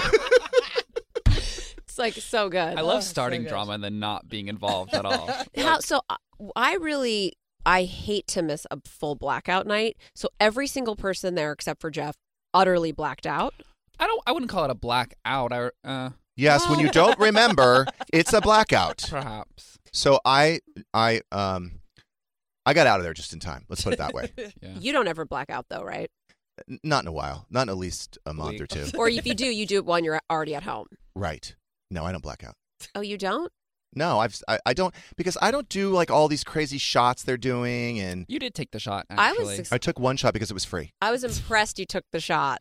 Speaker 6: it's like so good.
Speaker 10: I
Speaker 8: Oh,
Speaker 10: love starting drama and then not being involved at all.
Speaker 6: How so? I- I really I hate to miss a full blackout night. So every single person there except for Jeff utterly blacked out.
Speaker 10: I don't. I wouldn't call it a blackout. I, uh,
Speaker 5: Yes, when you don't remember, it's a blackout.
Speaker 10: Perhaps.
Speaker 5: So I I um I got out of there just in time. Let's put it that way.
Speaker 6: You don't ever black out though, right?
Speaker 5: N- Not in a while. Not in at least a month or two.
Speaker 6: Or if you do, you do it when you're already at home.
Speaker 5: right. No, I don't black out.
Speaker 6: Oh, you don't?
Speaker 5: No, I've I, I don't because I don't do like all these crazy shots they're doing and
Speaker 10: You did take the shot.
Speaker 6: I was actually. ex-
Speaker 5: I took one shot because it was free.
Speaker 6: I was impressed you took the shot.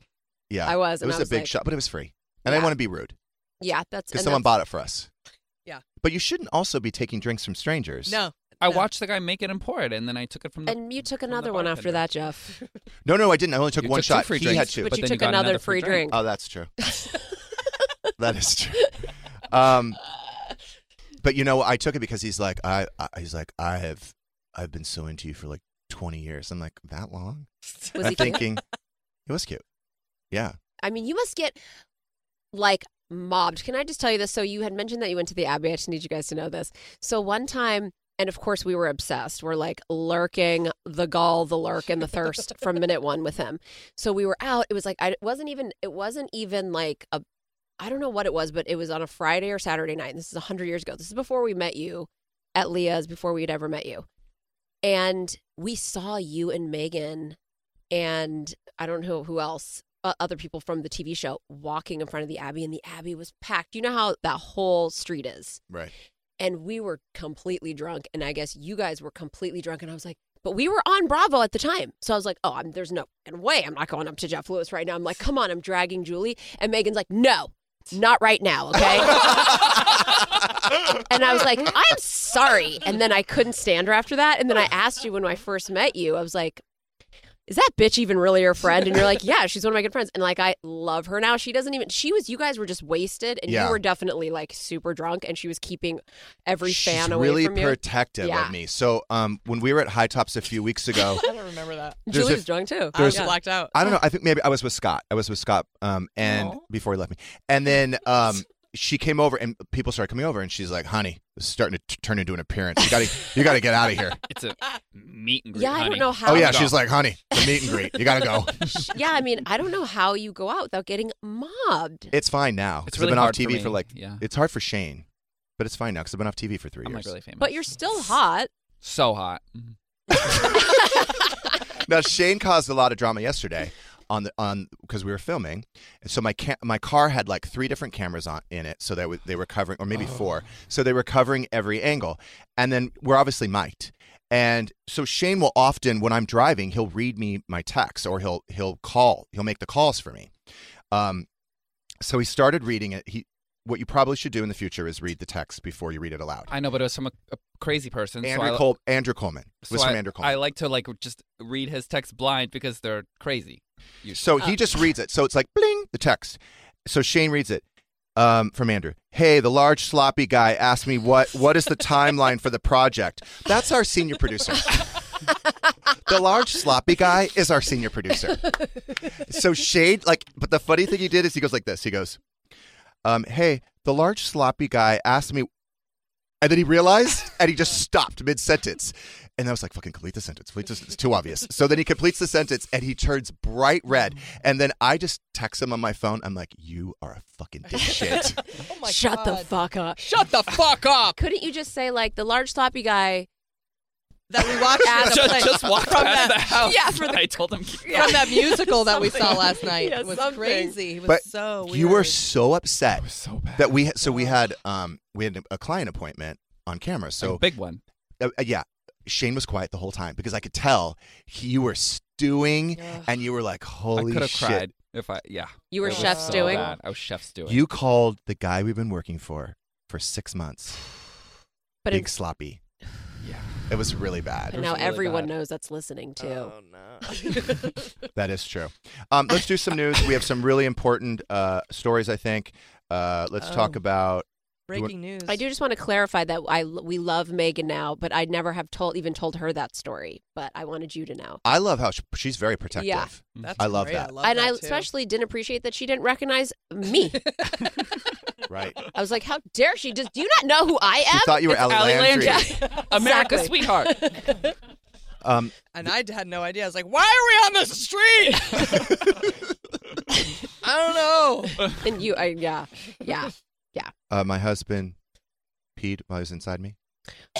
Speaker 5: Yeah.
Speaker 6: I was,
Speaker 5: It
Speaker 6: and
Speaker 5: was
Speaker 6: I
Speaker 5: a
Speaker 6: was
Speaker 5: big
Speaker 6: like-
Speaker 5: shot, but it was free. And I didn't want to be rude
Speaker 6: Yeah, that's
Speaker 5: because
Speaker 6: and
Speaker 5: someone
Speaker 6: that's-
Speaker 5: bought it for us.
Speaker 6: Yeah.
Speaker 5: But you shouldn't also be taking drinks from strangers.
Speaker 6: No,
Speaker 10: I watched the guy make it and pour it, and then I took it from the.
Speaker 6: And you took another one after that, Jeff.
Speaker 5: No, no, I didn't. I only took
Speaker 10: You
Speaker 5: one
Speaker 10: took two
Speaker 5: shot.
Speaker 10: free
Speaker 5: he
Speaker 10: drinks,
Speaker 5: had two.
Speaker 10: but But you then took you got another another free free drink.
Speaker 5: Oh,
Speaker 10: drink.
Speaker 5: that's true. that is true. Um, but you know, I took it because he's like, I, I he's like, I have, I've been so into you for like 20 years. I'm like, that long?
Speaker 6: Was
Speaker 5: I'm
Speaker 6: he cute?
Speaker 5: thinking, it was cute. Yeah.
Speaker 6: I mean, you must get like mobbed. Can I just tell you this? So you had mentioned that you went to the Abbey. I just need you guys to know this. So one time, and of course we were obsessed. We're like lurking the gall, the lurk, and the thirst from minute one with him. So we were out. It was like I it wasn't even. It wasn't even like a. I don't know what it was, but it was on a Friday or Saturday night. And this is hundred years ago. This is before we met you at Leah's. Before we had ever met you and we saw you and Megan and I don't know who else, uh, other people from the TV show walking in front of the Abbey, and the Abbey was packed. You know how that whole street is.
Speaker 5: Right.
Speaker 6: And we were completely drunk, and I guess you guys were completely drunk, and I was like, but we were on Bravo at the time. So I was like, oh, I'm, there's no fucking way I'm not going up to Jeff Lewis right now. I'm like, come on, I'm dragging Julie. And Megan's like, no, not right now, okay? and I was like, I'm sorry. And then I couldn't stand her after that. And then I asked you when I first met you, I was like, is that bitch even really your friend? And you're like, yeah, she's one of my good friends. And like, I love her now. She doesn't even, she was, you guys were just wasted and
Speaker 5: Yeah.
Speaker 6: you were definitely like super drunk and she was keeping every fan
Speaker 5: She's
Speaker 6: away
Speaker 5: really
Speaker 6: from you.
Speaker 5: protective
Speaker 6: Yeah.
Speaker 5: of me. So um, when we were at High Tops a few weeks ago,
Speaker 8: I don't remember that.
Speaker 5: There's a- there's a- I don't know. I think maybe I was with Scott. I was with Scott, um, and before he left me, and then um, she came over, and people started coming over, and she's like, "Honey, this is starting to t- turn into an appearance. You gotta, you gotta get out of here."
Speaker 10: It's a meet and greet.
Speaker 6: Yeah, I don't
Speaker 10: honey.
Speaker 6: know how-
Speaker 5: Oh yeah, she's like, "Honey, the meet and greet. You gotta go."
Speaker 6: yeah, I mean, I don't know how you go out without getting mobbed.
Speaker 5: It's fine now. 'cause
Speaker 10: It's
Speaker 5: I've
Speaker 10: really
Speaker 5: been off
Speaker 10: hard for
Speaker 5: TV for,
Speaker 10: me,
Speaker 5: like.
Speaker 10: yeah.
Speaker 5: It's hard for Shane, but it's fine now because I've been off TV for 3 years.
Speaker 6: But you're still hot.
Speaker 10: So hot.
Speaker 5: Mm-hmm. now Shane caused a lot of drama yesterday on the on because we were filming, and so my ca- my car had like three different cameras on in it, so that w- they were covering or maybe four, so they were covering every angle, and then we're obviously mic'd. And so Shane will often, when I'm driving, he'll read me my text or he'll he'll call, he'll make the calls for me. Um, so he started reading it. He, what you probably should do in the future is read the text before you read it aloud.
Speaker 10: I know, but it was from a, a crazy person.
Speaker 5: Andrew
Speaker 10: so I,
Speaker 5: Cole, Andrew Coleman It was
Speaker 10: so
Speaker 5: from
Speaker 10: I,
Speaker 5: Andrew Coleman.
Speaker 10: I like to like just read his text blind because they're crazy.
Speaker 5: So he just reads it. So it's like bling the text. So Shane reads it um, from Andrew. Hey, the large sloppy guy asked me what what is the timeline for the project. That's our senior producer. the large sloppy guy is our senior producer. So Shane, like, but the funny thing he did is he goes like this. He goes, um, "Hey, the large sloppy guy asked me." And then he realized, and he just stopped mid sentence. And I was like, fucking complete the sentence. Complete the- It's too obvious. So then he completes the sentence and he turns bright red. And then I just text him on my phone. I'm like, you are a fucking dipshit.
Speaker 6: Shut the fuck up.
Speaker 10: Shut the fuck up.
Speaker 6: Couldn't you just say like the large sloppy guy
Speaker 8: that we watched at a
Speaker 10: just,
Speaker 8: play
Speaker 10: just walked
Speaker 8: from
Speaker 10: out
Speaker 8: that,
Speaker 10: of the house.
Speaker 8: Yeah, for the,
Speaker 10: I told him.
Speaker 8: from that musical that we saw
Speaker 10: Something.
Speaker 8: last night
Speaker 10: Yeah,
Speaker 8: It was
Speaker 10: something.
Speaker 8: crazy. He was
Speaker 5: but
Speaker 8: so weird.
Speaker 5: you were so upset that we had, so we had um we had a client appointment on camera. So
Speaker 10: A big one.
Speaker 5: Uh, uh, yeah, Shane was quiet the whole time because I could tell he, you were stewing and you were like, holy
Speaker 10: I could have
Speaker 5: shit.
Speaker 10: cried if I. Yeah.
Speaker 6: You were
Speaker 10: It was
Speaker 6: chef
Speaker 10: so
Speaker 6: stewing?
Speaker 10: bad. I was chef stewing.
Speaker 5: You called the guy we've been working for for six months.
Speaker 6: But
Speaker 5: Big
Speaker 6: it-
Speaker 5: sloppy. Yeah. It was really bad.
Speaker 6: and now everyone knows that's listening too. Oh no.
Speaker 5: That is true. Um, let's do some news. We have some really important uh, stories, I think. Uh, let's talk
Speaker 6: Oh.
Speaker 5: about
Speaker 8: Breaking news.
Speaker 6: I do just want to clarify that I we love Megan now, but I never have told even told her that story. But I wanted you to know.
Speaker 5: I love how sh she's very protective.
Speaker 6: Yeah.
Speaker 8: That's
Speaker 5: Mm-hmm. I love
Speaker 8: great.
Speaker 5: that.
Speaker 8: I
Speaker 6: and I especially didn't appreciate that she didn't recognize me.
Speaker 5: right.
Speaker 6: I was like, "How dare she? Does do you not know who I am?"
Speaker 5: She thought you were Ally Landry.
Speaker 8: America's
Speaker 6: sweetheart.
Speaker 5: Um,
Speaker 8: And I had no idea. I was like, why are we on the street? I don't know.
Speaker 6: and you, I, yeah, yeah, yeah.
Speaker 5: uh, my husband peed while he was inside me.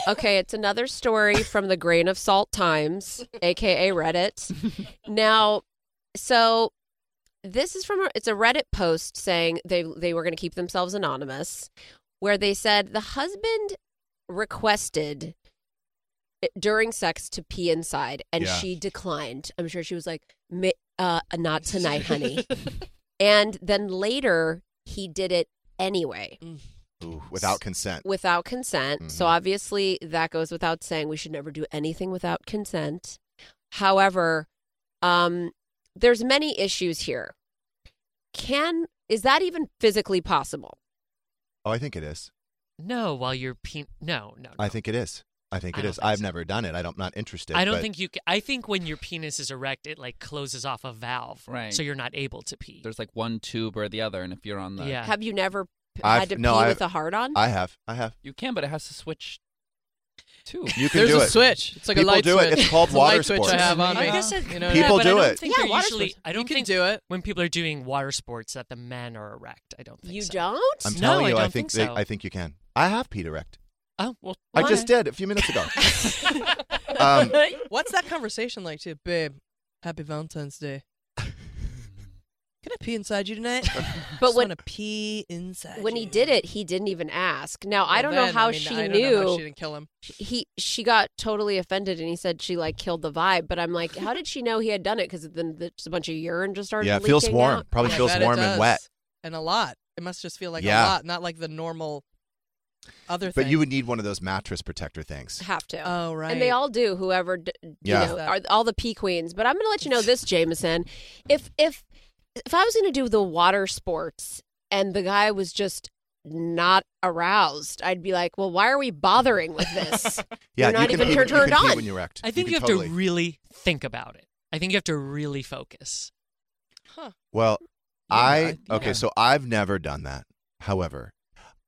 Speaker 6: Okay, it's another story from the Grain of Salt Times, aka Reddit. Now, so this is from a, it's a Reddit post saying they they were going to keep themselves anonymous, where they said the husband requested during sex to pee inside, and
Speaker 15: Yeah.
Speaker 6: she declined. I'm sure she was like, "Ma- uh, "Not tonight, honey." and then later, he did it anyway
Speaker 5: Ooh, without consent.
Speaker 6: without consent.
Speaker 5: Mm-hmm.
Speaker 6: So obviously that goes without saying we should never do anything without consent. However, um there's many issues here. Can is that even physically possible?
Speaker 5: Oh, I think it is.
Speaker 7: No, while you're pe- no, no.
Speaker 5: I think it is. I think
Speaker 7: I
Speaker 5: it
Speaker 7: don't
Speaker 5: is.
Speaker 7: think
Speaker 5: I've never done it. I don't, am not interested.
Speaker 7: I don't
Speaker 5: but
Speaker 7: think you. Ca- I think when your penis is erect, it like closes off a valve,
Speaker 10: Right.
Speaker 7: So you're not able to pee.
Speaker 10: There's like one tube or the other, and if you're on the
Speaker 7: Yeah.
Speaker 6: Have you never p-
Speaker 10: I've-
Speaker 6: had to
Speaker 10: no,
Speaker 6: pee
Speaker 10: I've-
Speaker 6: with a hard on?
Speaker 5: I have. I have.
Speaker 10: you can, but it has to switch. Tube.
Speaker 5: You can There's do a it. switch. It's like a People light do it. switch. It's called It's a light water switch I sports. have on me.
Speaker 7: guess
Speaker 5: You know, People
Speaker 7: but
Speaker 5: do
Speaker 7: I don't
Speaker 5: it.
Speaker 7: Think
Speaker 6: Yeah,
Speaker 7: they're
Speaker 6: water
Speaker 7: usually,
Speaker 6: sports.
Speaker 7: I don't think do it when people are doing water sports that the men are erect. I don't think
Speaker 6: You
Speaker 7: so.
Speaker 6: don't?
Speaker 5: I'm
Speaker 7: no,
Speaker 5: telling
Speaker 7: I
Speaker 5: you,
Speaker 7: don't
Speaker 5: I think,
Speaker 7: so.
Speaker 5: they, I think you can. I have peed erect.
Speaker 7: oh well,
Speaker 5: I just did a few minutes ago. um,
Speaker 8: What's that conversation like to you, babe? Happy Valentine's Day. Can I pee inside you tonight?
Speaker 6: But
Speaker 8: Just
Speaker 6: when-
Speaker 8: wanna pee inside.
Speaker 6: When he did it, he didn't even ask. Now I
Speaker 8: Well,
Speaker 6: don't know
Speaker 8: then,
Speaker 6: how
Speaker 8: I mean,
Speaker 6: she
Speaker 8: I don't
Speaker 6: knew
Speaker 8: know how she didn't kill him.
Speaker 6: he she got totally offended and he said she like killed the vibe. But I'm like, how did she know he had done it? Because then the- just a bunch of urine just started.
Speaker 5: Yeah, it feels
Speaker 6: leaking
Speaker 5: warm.
Speaker 6: out.
Speaker 5: Probably
Speaker 8: I
Speaker 5: feels
Speaker 8: bet it
Speaker 5: warm and
Speaker 8: does.
Speaker 5: wet.
Speaker 8: and a lot. It must just feel like a
Speaker 5: Yeah.
Speaker 8: lot, not like the normal other.
Speaker 5: But
Speaker 8: thing.
Speaker 5: you would need one of those mattress protector things.
Speaker 6: Have to.
Speaker 8: Oh,
Speaker 6: And they
Speaker 8: right.
Speaker 6: all do. Whoever, d- you
Speaker 5: Yeah.
Speaker 6: know, are all the pea queens. But I'm going to let you know this, Jameson. If if if I was going to do the water sports and the guy was just not aroused, I'd be like, well, why are we bothering with this?
Speaker 5: Yeah,
Speaker 6: You're not
Speaker 5: you can
Speaker 6: even
Speaker 5: pee,
Speaker 6: tur-
Speaker 5: when- you
Speaker 6: turned
Speaker 5: can pee
Speaker 6: on.
Speaker 5: when you're erect.
Speaker 7: I think
Speaker 5: can
Speaker 7: you, have
Speaker 5: totally.
Speaker 7: to really think about it. I think you have to really focus.
Speaker 5: Well, I
Speaker 7: I-
Speaker 5: okay,
Speaker 7: yeah.
Speaker 5: so I've never done that. However,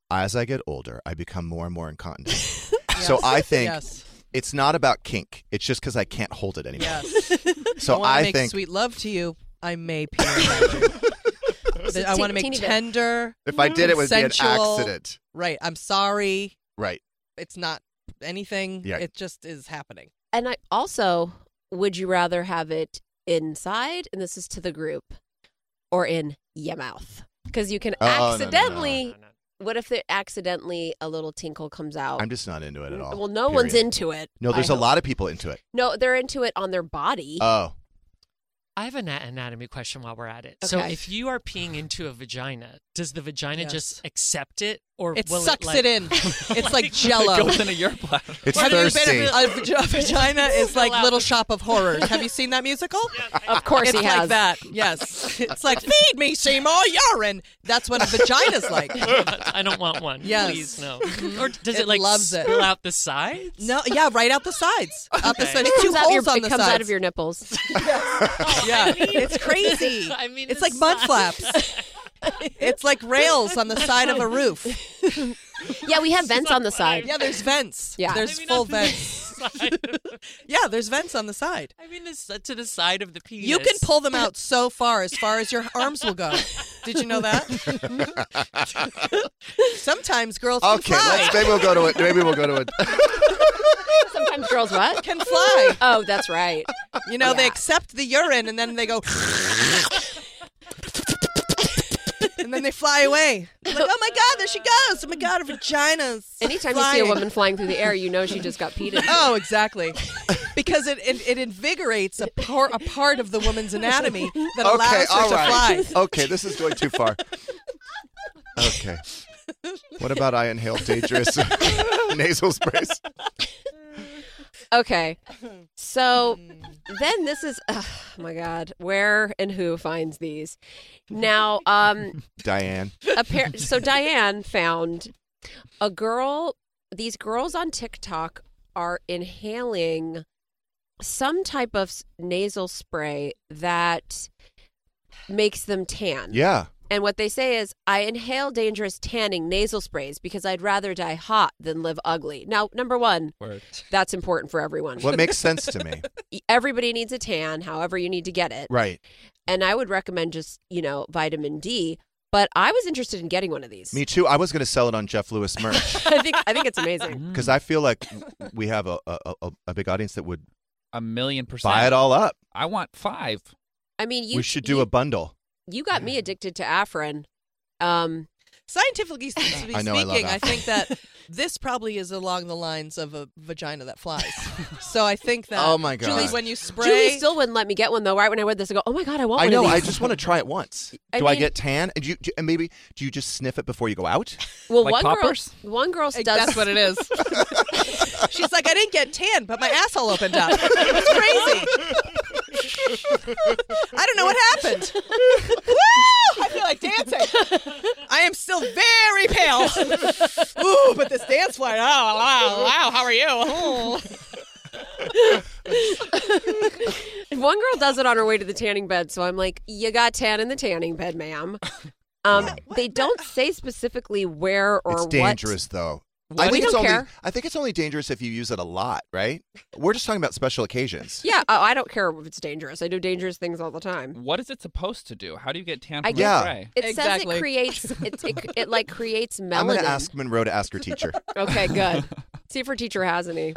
Speaker 5: as I get older, I become more and more incontinent. So
Speaker 8: Yes.
Speaker 5: I think
Speaker 8: Yes.
Speaker 5: it's not about kink. It's just because I can't hold it anymore.
Speaker 8: Yes.
Speaker 5: So
Speaker 8: wanna
Speaker 5: I
Speaker 8: make
Speaker 5: think-
Speaker 8: sweet love to you. I may pee. inside you. That I
Speaker 6: te-
Speaker 8: want to make
Speaker 6: teeny bit.
Speaker 8: tender.
Speaker 5: If I did, it would be an
Speaker 8: sensual-
Speaker 5: accident.
Speaker 8: Right. I'm sorry.
Speaker 5: Right.
Speaker 8: It's not anything.
Speaker 5: Yeah.
Speaker 8: It just is happening.
Speaker 6: And I also, would you rather have it inside, and this is to the group, or in your mouth? Because you can
Speaker 5: Oh, no, no, no.
Speaker 6: accidentally. What if there accidentally a little tinkle comes out?
Speaker 5: I'm just not into it at all.
Speaker 6: Well, no one's
Speaker 5: period.
Speaker 6: into it.
Speaker 5: No, there's
Speaker 6: a
Speaker 5: a lot of people into it.
Speaker 6: No, they're into it on their body.
Speaker 5: Oh,
Speaker 7: I have an anatomy question while we're at it. So
Speaker 6: Okay.
Speaker 7: if you are peeing into a vagina, does the vagina
Speaker 8: Yes.
Speaker 7: just accept it, or
Speaker 8: It
Speaker 7: will
Speaker 8: sucks
Speaker 7: it, like,
Speaker 8: it in. It's like Jello.
Speaker 10: It goes into your bladder.
Speaker 5: It's
Speaker 8: Have you
Speaker 5: thirsty.
Speaker 8: been- A, vag- a vagina is like
Speaker 7: out.
Speaker 8: Little Shop of Horrors. Have you seen that musical?
Speaker 6: Of course
Speaker 8: it's
Speaker 6: he
Speaker 8: like
Speaker 6: has.
Speaker 8: that. Yes. It's like feed me Seymour urine. That's what a vagina's like.
Speaker 7: I don't want one.
Speaker 8: Yes. Mm-hmm.
Speaker 7: Please, no. Or does it,
Speaker 8: It
Speaker 7: like
Speaker 8: loves it.
Speaker 7: spill out the side?
Speaker 8: No, yeah, right out the sides. Out the
Speaker 7: Okay.
Speaker 8: sides.
Speaker 6: It
Speaker 8: Two
Speaker 6: comes, out,
Speaker 8: holes
Speaker 6: your,
Speaker 8: on
Speaker 6: it
Speaker 8: the
Speaker 6: comes
Speaker 8: sides.
Speaker 6: out of your nipples.
Speaker 8: yeah. It's crazy.
Speaker 7: I mean,
Speaker 8: it's
Speaker 7: the
Speaker 8: like mud
Speaker 7: side.
Speaker 8: flaps. It's like rails on the side of a roof.
Speaker 6: yeah, we have vents on the side.
Speaker 8: Yeah, there's vents.
Speaker 6: Yeah.
Speaker 8: There's
Speaker 7: Maybe
Speaker 8: full
Speaker 7: not the
Speaker 8: vents.
Speaker 7: side.
Speaker 8: Yeah, there's vents on the side.
Speaker 7: I mean, this, to the side of the penis.
Speaker 8: You can pull them out so far, as far as your arms will go. Did you know that? Sometimes girls can
Speaker 5: okay.
Speaker 8: fly.
Speaker 5: Let's, maybe we'll go to it. Maybe we'll go to it.
Speaker 6: Sometimes girls what?
Speaker 8: Can fly.
Speaker 6: Oh, that's right.
Speaker 8: You know, they
Speaker 6: Yeah.
Speaker 8: accept the urine and then they go. and then they fly away. I'm like, oh my God, there she goes. Oh my God, her vagina's.
Speaker 6: Anytime you
Speaker 8: flying.
Speaker 6: see a woman flying through the air, you know she just got peed in.
Speaker 8: Oh, exactly. Because it, it, it invigorates a, par, a part of the woman's anatomy that
Speaker 5: okay.
Speaker 8: allows her
Speaker 5: all
Speaker 8: to
Speaker 5: right.
Speaker 8: fly.
Speaker 5: Okay. This is going too far. Okay. What about I inhale dangerous nasal sprays?
Speaker 6: Okay. So
Speaker 8: Hmm.
Speaker 6: then this is, oh my God, where and who finds these? Now, um,
Speaker 5: Diane.
Speaker 6: appar- so Diane found a girl these girls on tiktok are inhaling some type of s- nasal spray that makes them tan
Speaker 5: Yeah.
Speaker 6: and what they say is i inhale dangerous tanning nasal sprays because i'd rather die hot than live ugly now number one
Speaker 5: Word.
Speaker 6: that's important for everyone E,
Speaker 5: What makes sense to me.
Speaker 6: everybody needs a tan however you need to get it
Speaker 5: Right.
Speaker 6: and i would recommend just you know vitamin d but i was interested in getting one of these
Speaker 5: Me too. I was going to sell it on Jeff Lewis merch
Speaker 6: I think I think it's amazing.
Speaker 5: because I feel like w- we have a, a, a, a big audience that would
Speaker 10: a million percent
Speaker 5: buy it all up.
Speaker 10: I want five.
Speaker 6: I mean, you
Speaker 5: we should do a bundle.
Speaker 6: you got me addicted to Afrin. Um,
Speaker 8: Scientifically speaking,
Speaker 5: I
Speaker 8: I,
Speaker 5: know, I love Afrin.
Speaker 8: think that this probably is along the lines of a vagina that flies. so I think that.
Speaker 5: Oh, my
Speaker 8: Julie,
Speaker 5: God.
Speaker 8: when you spray,
Speaker 6: Julie still wouldn't let me get one though. Right when I read this, I go, "Oh my god, I want."
Speaker 5: I
Speaker 6: one
Speaker 5: know.
Speaker 6: Of
Speaker 5: I
Speaker 6: these.
Speaker 5: just want to try it once.
Speaker 6: I
Speaker 5: do I
Speaker 6: mean-
Speaker 5: get tan? And, do you, do, and maybe do you just sniff it before you go out?
Speaker 6: Well, one girl, one girl does.
Speaker 8: that's what it is. she's like, I didn't get tan, but my asshole opened up. It was crazy. I don't know what happened. Woo! I feel like dancing. I am still very pale. Ooh, but this dance floor. Oh, wow, wow. How are you? Oh.
Speaker 6: one girl does it on her way to the tanning bed, so I'm like, "You got tan in the tanning bed, ma'am." Um, they don't say specifically where or
Speaker 5: it's
Speaker 6: what.
Speaker 5: dangerous, though. I
Speaker 6: We
Speaker 5: think it's
Speaker 6: don't
Speaker 5: only,
Speaker 6: care.
Speaker 5: I think it's only dangerous if you use it a lot, right? We're just talking about special occasions.
Speaker 6: Yeah, oh, I don't care if it's dangerous. I do dangerous things all the time.
Speaker 10: What is it supposed to do? How do you get tan
Speaker 6: I
Speaker 10: from
Speaker 6: guess-
Speaker 10: the spray?
Speaker 6: It says
Speaker 8: Exactly.
Speaker 6: it creates it, it, it like creates melanin.
Speaker 5: I'm going to ask Monroe to ask her teacher.
Speaker 6: Okay, good. See if her teacher has any.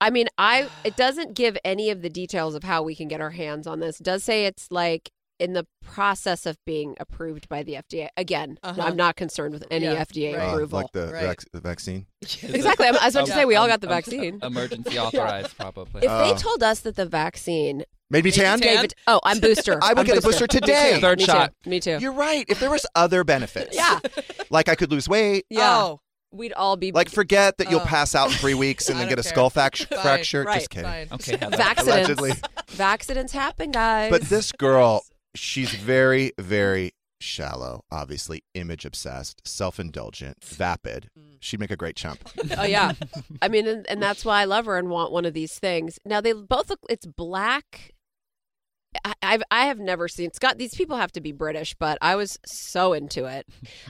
Speaker 6: I mean, I it doesn't give any of the details of how we can get our hands on this. It does say it's like in the process of being approved by the FDA. Again,
Speaker 8: Uh-huh.
Speaker 6: I'm not concerned with any
Speaker 8: Yeah,
Speaker 6: FDA
Speaker 5: Uh,
Speaker 6: approval.
Speaker 5: like the,
Speaker 8: Right.
Speaker 5: vac- the vaccine.
Speaker 6: Exactly. I'm- I was about to say, we all got the
Speaker 10: em-
Speaker 6: vaccine.
Speaker 10: Um, emergency authorized, probably.
Speaker 6: if
Speaker 5: Oh.
Speaker 6: they told us that the vaccine
Speaker 5: Made me tan?
Speaker 6: David, oh, I'm booster.
Speaker 5: I would
Speaker 6: I'm
Speaker 5: get a booster
Speaker 6: Me too.
Speaker 5: today.
Speaker 6: Me
Speaker 10: Third
Speaker 6: too.
Speaker 10: shot.
Speaker 6: Me too.
Speaker 5: You're right. If there was other benefits,
Speaker 6: Yeah.
Speaker 5: like I could lose weight,
Speaker 6: Yeah.
Speaker 8: Oh,
Speaker 6: We'd all be
Speaker 5: like forget that you'll
Speaker 8: Oh.
Speaker 5: pass out in three weeks and
Speaker 8: I
Speaker 5: then get a
Speaker 8: don't
Speaker 5: skull fac-
Speaker 8: Fine,
Speaker 5: fracture.
Speaker 6: right,
Speaker 5: Just kidding.
Speaker 8: fine.
Speaker 10: okay, Heather.
Speaker 6: Vaccines.
Speaker 5: Allegedly.
Speaker 6: Vaccines happen, guys.
Speaker 5: But this girl, she's very, very shallow, obviously image obsessed, self indulgent,
Speaker 6: Mm.
Speaker 5: vapid. She'd make a great chump.
Speaker 6: Oh yeah, I mean, and, and that's why I love her and want one of these things. Now they both look. It's black. I, I've I have never seen Scott. These people have to be British, but I was so into it.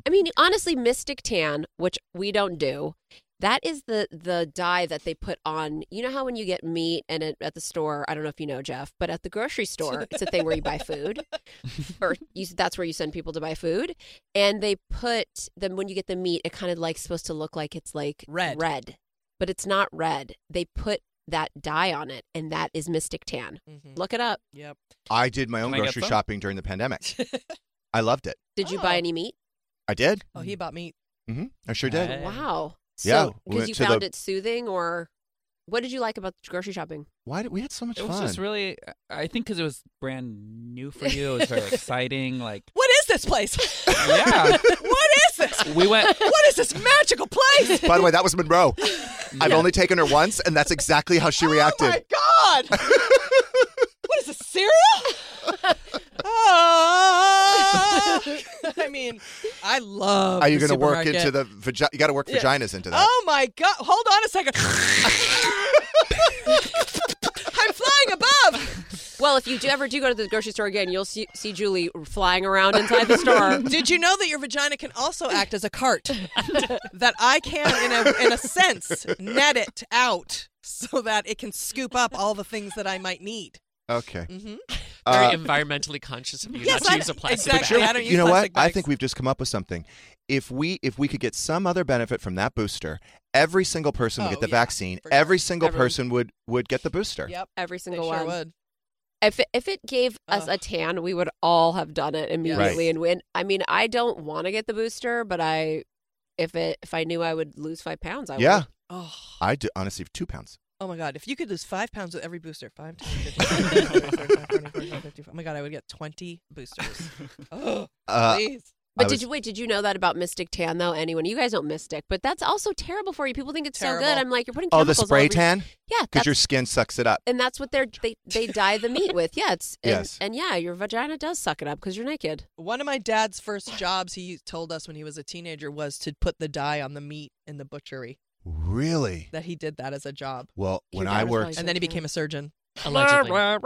Speaker 6: I mean, honestly, Mystic Tan, which we don't do, that is the the dye that they put on. You know how when you get meat and it, at the store, I don't know if you know Jeff, but at the grocery store, it's a thing where you buy food, or you, that's where you send people to buy food, and they put them when you get the meat, it kind of like supposed to look like it's like
Speaker 8: Red.
Speaker 6: red, but it's not red. They put that dye on it, and that is Mystic Tan.
Speaker 8: Mhm.
Speaker 6: Look it up.
Speaker 8: Yep.
Speaker 5: I did my own
Speaker 10: Can I get
Speaker 5: grocery
Speaker 10: some?
Speaker 5: shopping during the pandemic. I loved it.
Speaker 6: Did you
Speaker 8: Oh.
Speaker 6: buy any meat?
Speaker 5: I did.
Speaker 8: Oh, he bought meat.
Speaker 5: hmm I sure did.
Speaker 10: Hey.
Speaker 6: Wow.
Speaker 5: Yeah,
Speaker 6: So,
Speaker 5: we
Speaker 6: because
Speaker 5: went
Speaker 6: you
Speaker 5: to
Speaker 6: found
Speaker 5: the-
Speaker 6: it soothing, or what did you like about grocery shopping?
Speaker 5: Why did we had so much
Speaker 10: It was
Speaker 5: fun?
Speaker 10: just really, I think, because it was brand new for you. It was very exciting. Like,
Speaker 8: What is this place?
Speaker 10: yeah,
Speaker 8: what is this?
Speaker 10: we went.
Speaker 8: What is this magical place?
Speaker 5: By the way, that was Monroe. I've
Speaker 10: Yeah.
Speaker 5: only taken her once, and that's exactly how she
Speaker 8: Oh
Speaker 5: reacted.
Speaker 8: my god! what is this cereal? Ah. I mean, I love.
Speaker 5: Are you
Speaker 8: going
Speaker 5: gonna
Speaker 8: to
Speaker 5: work into the vagina? You got to work vaginas into that.
Speaker 8: Oh my god! Hold on a second. I'm flying above.
Speaker 6: Well, if you do ever do go to the grocery store again, you'll see, see Julie flying around inside the store.
Speaker 8: Did you know that your vagina can also act as a cart? that I can, in a in a sense, net it out so that it can scoop up all the things that I might need.
Speaker 5: Okay.
Speaker 8: hmm
Speaker 7: Very
Speaker 5: Uh,
Speaker 7: environmentally conscious of you
Speaker 8: Yes,
Speaker 7: not to
Speaker 8: I-
Speaker 7: use a plastic
Speaker 8: exactly.
Speaker 7: bag.
Speaker 8: I don't use
Speaker 5: you know what?
Speaker 8: plastic
Speaker 5: I
Speaker 8: bags.
Speaker 5: think we've just come up with something. If we if we could get some other benefit from that booster, every single person would
Speaker 8: Oh,
Speaker 5: get the
Speaker 8: yeah,
Speaker 5: vaccine.
Speaker 8: for sure.
Speaker 5: Every single
Speaker 6: Everyone.
Speaker 5: person would would get the booster.
Speaker 8: Yep.
Speaker 6: Every
Speaker 8: They
Speaker 6: single
Speaker 8: sure
Speaker 6: one.
Speaker 8: would.
Speaker 6: If it, if it gave us a
Speaker 8: Ugh.
Speaker 6: tan, we would all have done it immediately
Speaker 5: Right.
Speaker 6: and win. I mean, I don't want to get the booster, but I if it if I knew I would lose five pounds, I
Speaker 5: yeah,
Speaker 6: would.
Speaker 8: Oh.
Speaker 5: I do. Honestly, two pounds.
Speaker 8: Oh my god! If you could lose five pounds with every booster, five, 10, 15, 20, 25, 25, 25, 25. Oh my god, I would get twenty boosters. Oh,
Speaker 5: Uh,
Speaker 8: please.
Speaker 6: But
Speaker 5: I
Speaker 6: did
Speaker 5: was-
Speaker 6: you wait? Did you know that about Mystic Tan though? Anyone? You guys don't Mystic, but that's also terrible for you. People think it's so good.
Speaker 8: Terrible.
Speaker 6: I'm like, you're putting
Speaker 5: Oh, the
Speaker 6: chemicals all
Speaker 5: spray
Speaker 6: over your-
Speaker 5: tan?
Speaker 6: Yeah,
Speaker 5: Because
Speaker 6: that's,
Speaker 5: your skin sucks it up.
Speaker 6: and that's what they're they they dye the meat with. Yeah, it's and,
Speaker 5: Yes.
Speaker 6: and yeah, your vagina does suck it up because you're naked.
Speaker 8: One of my dad's first jobs, he told us when he was a teenager, was to put the dye on the meat in the butchery.
Speaker 5: Really?
Speaker 8: That he did that as a job.
Speaker 5: Well, when I worked,
Speaker 8: and then he became a surgeon.
Speaker 7: Allegedly.
Speaker 8: Yeah.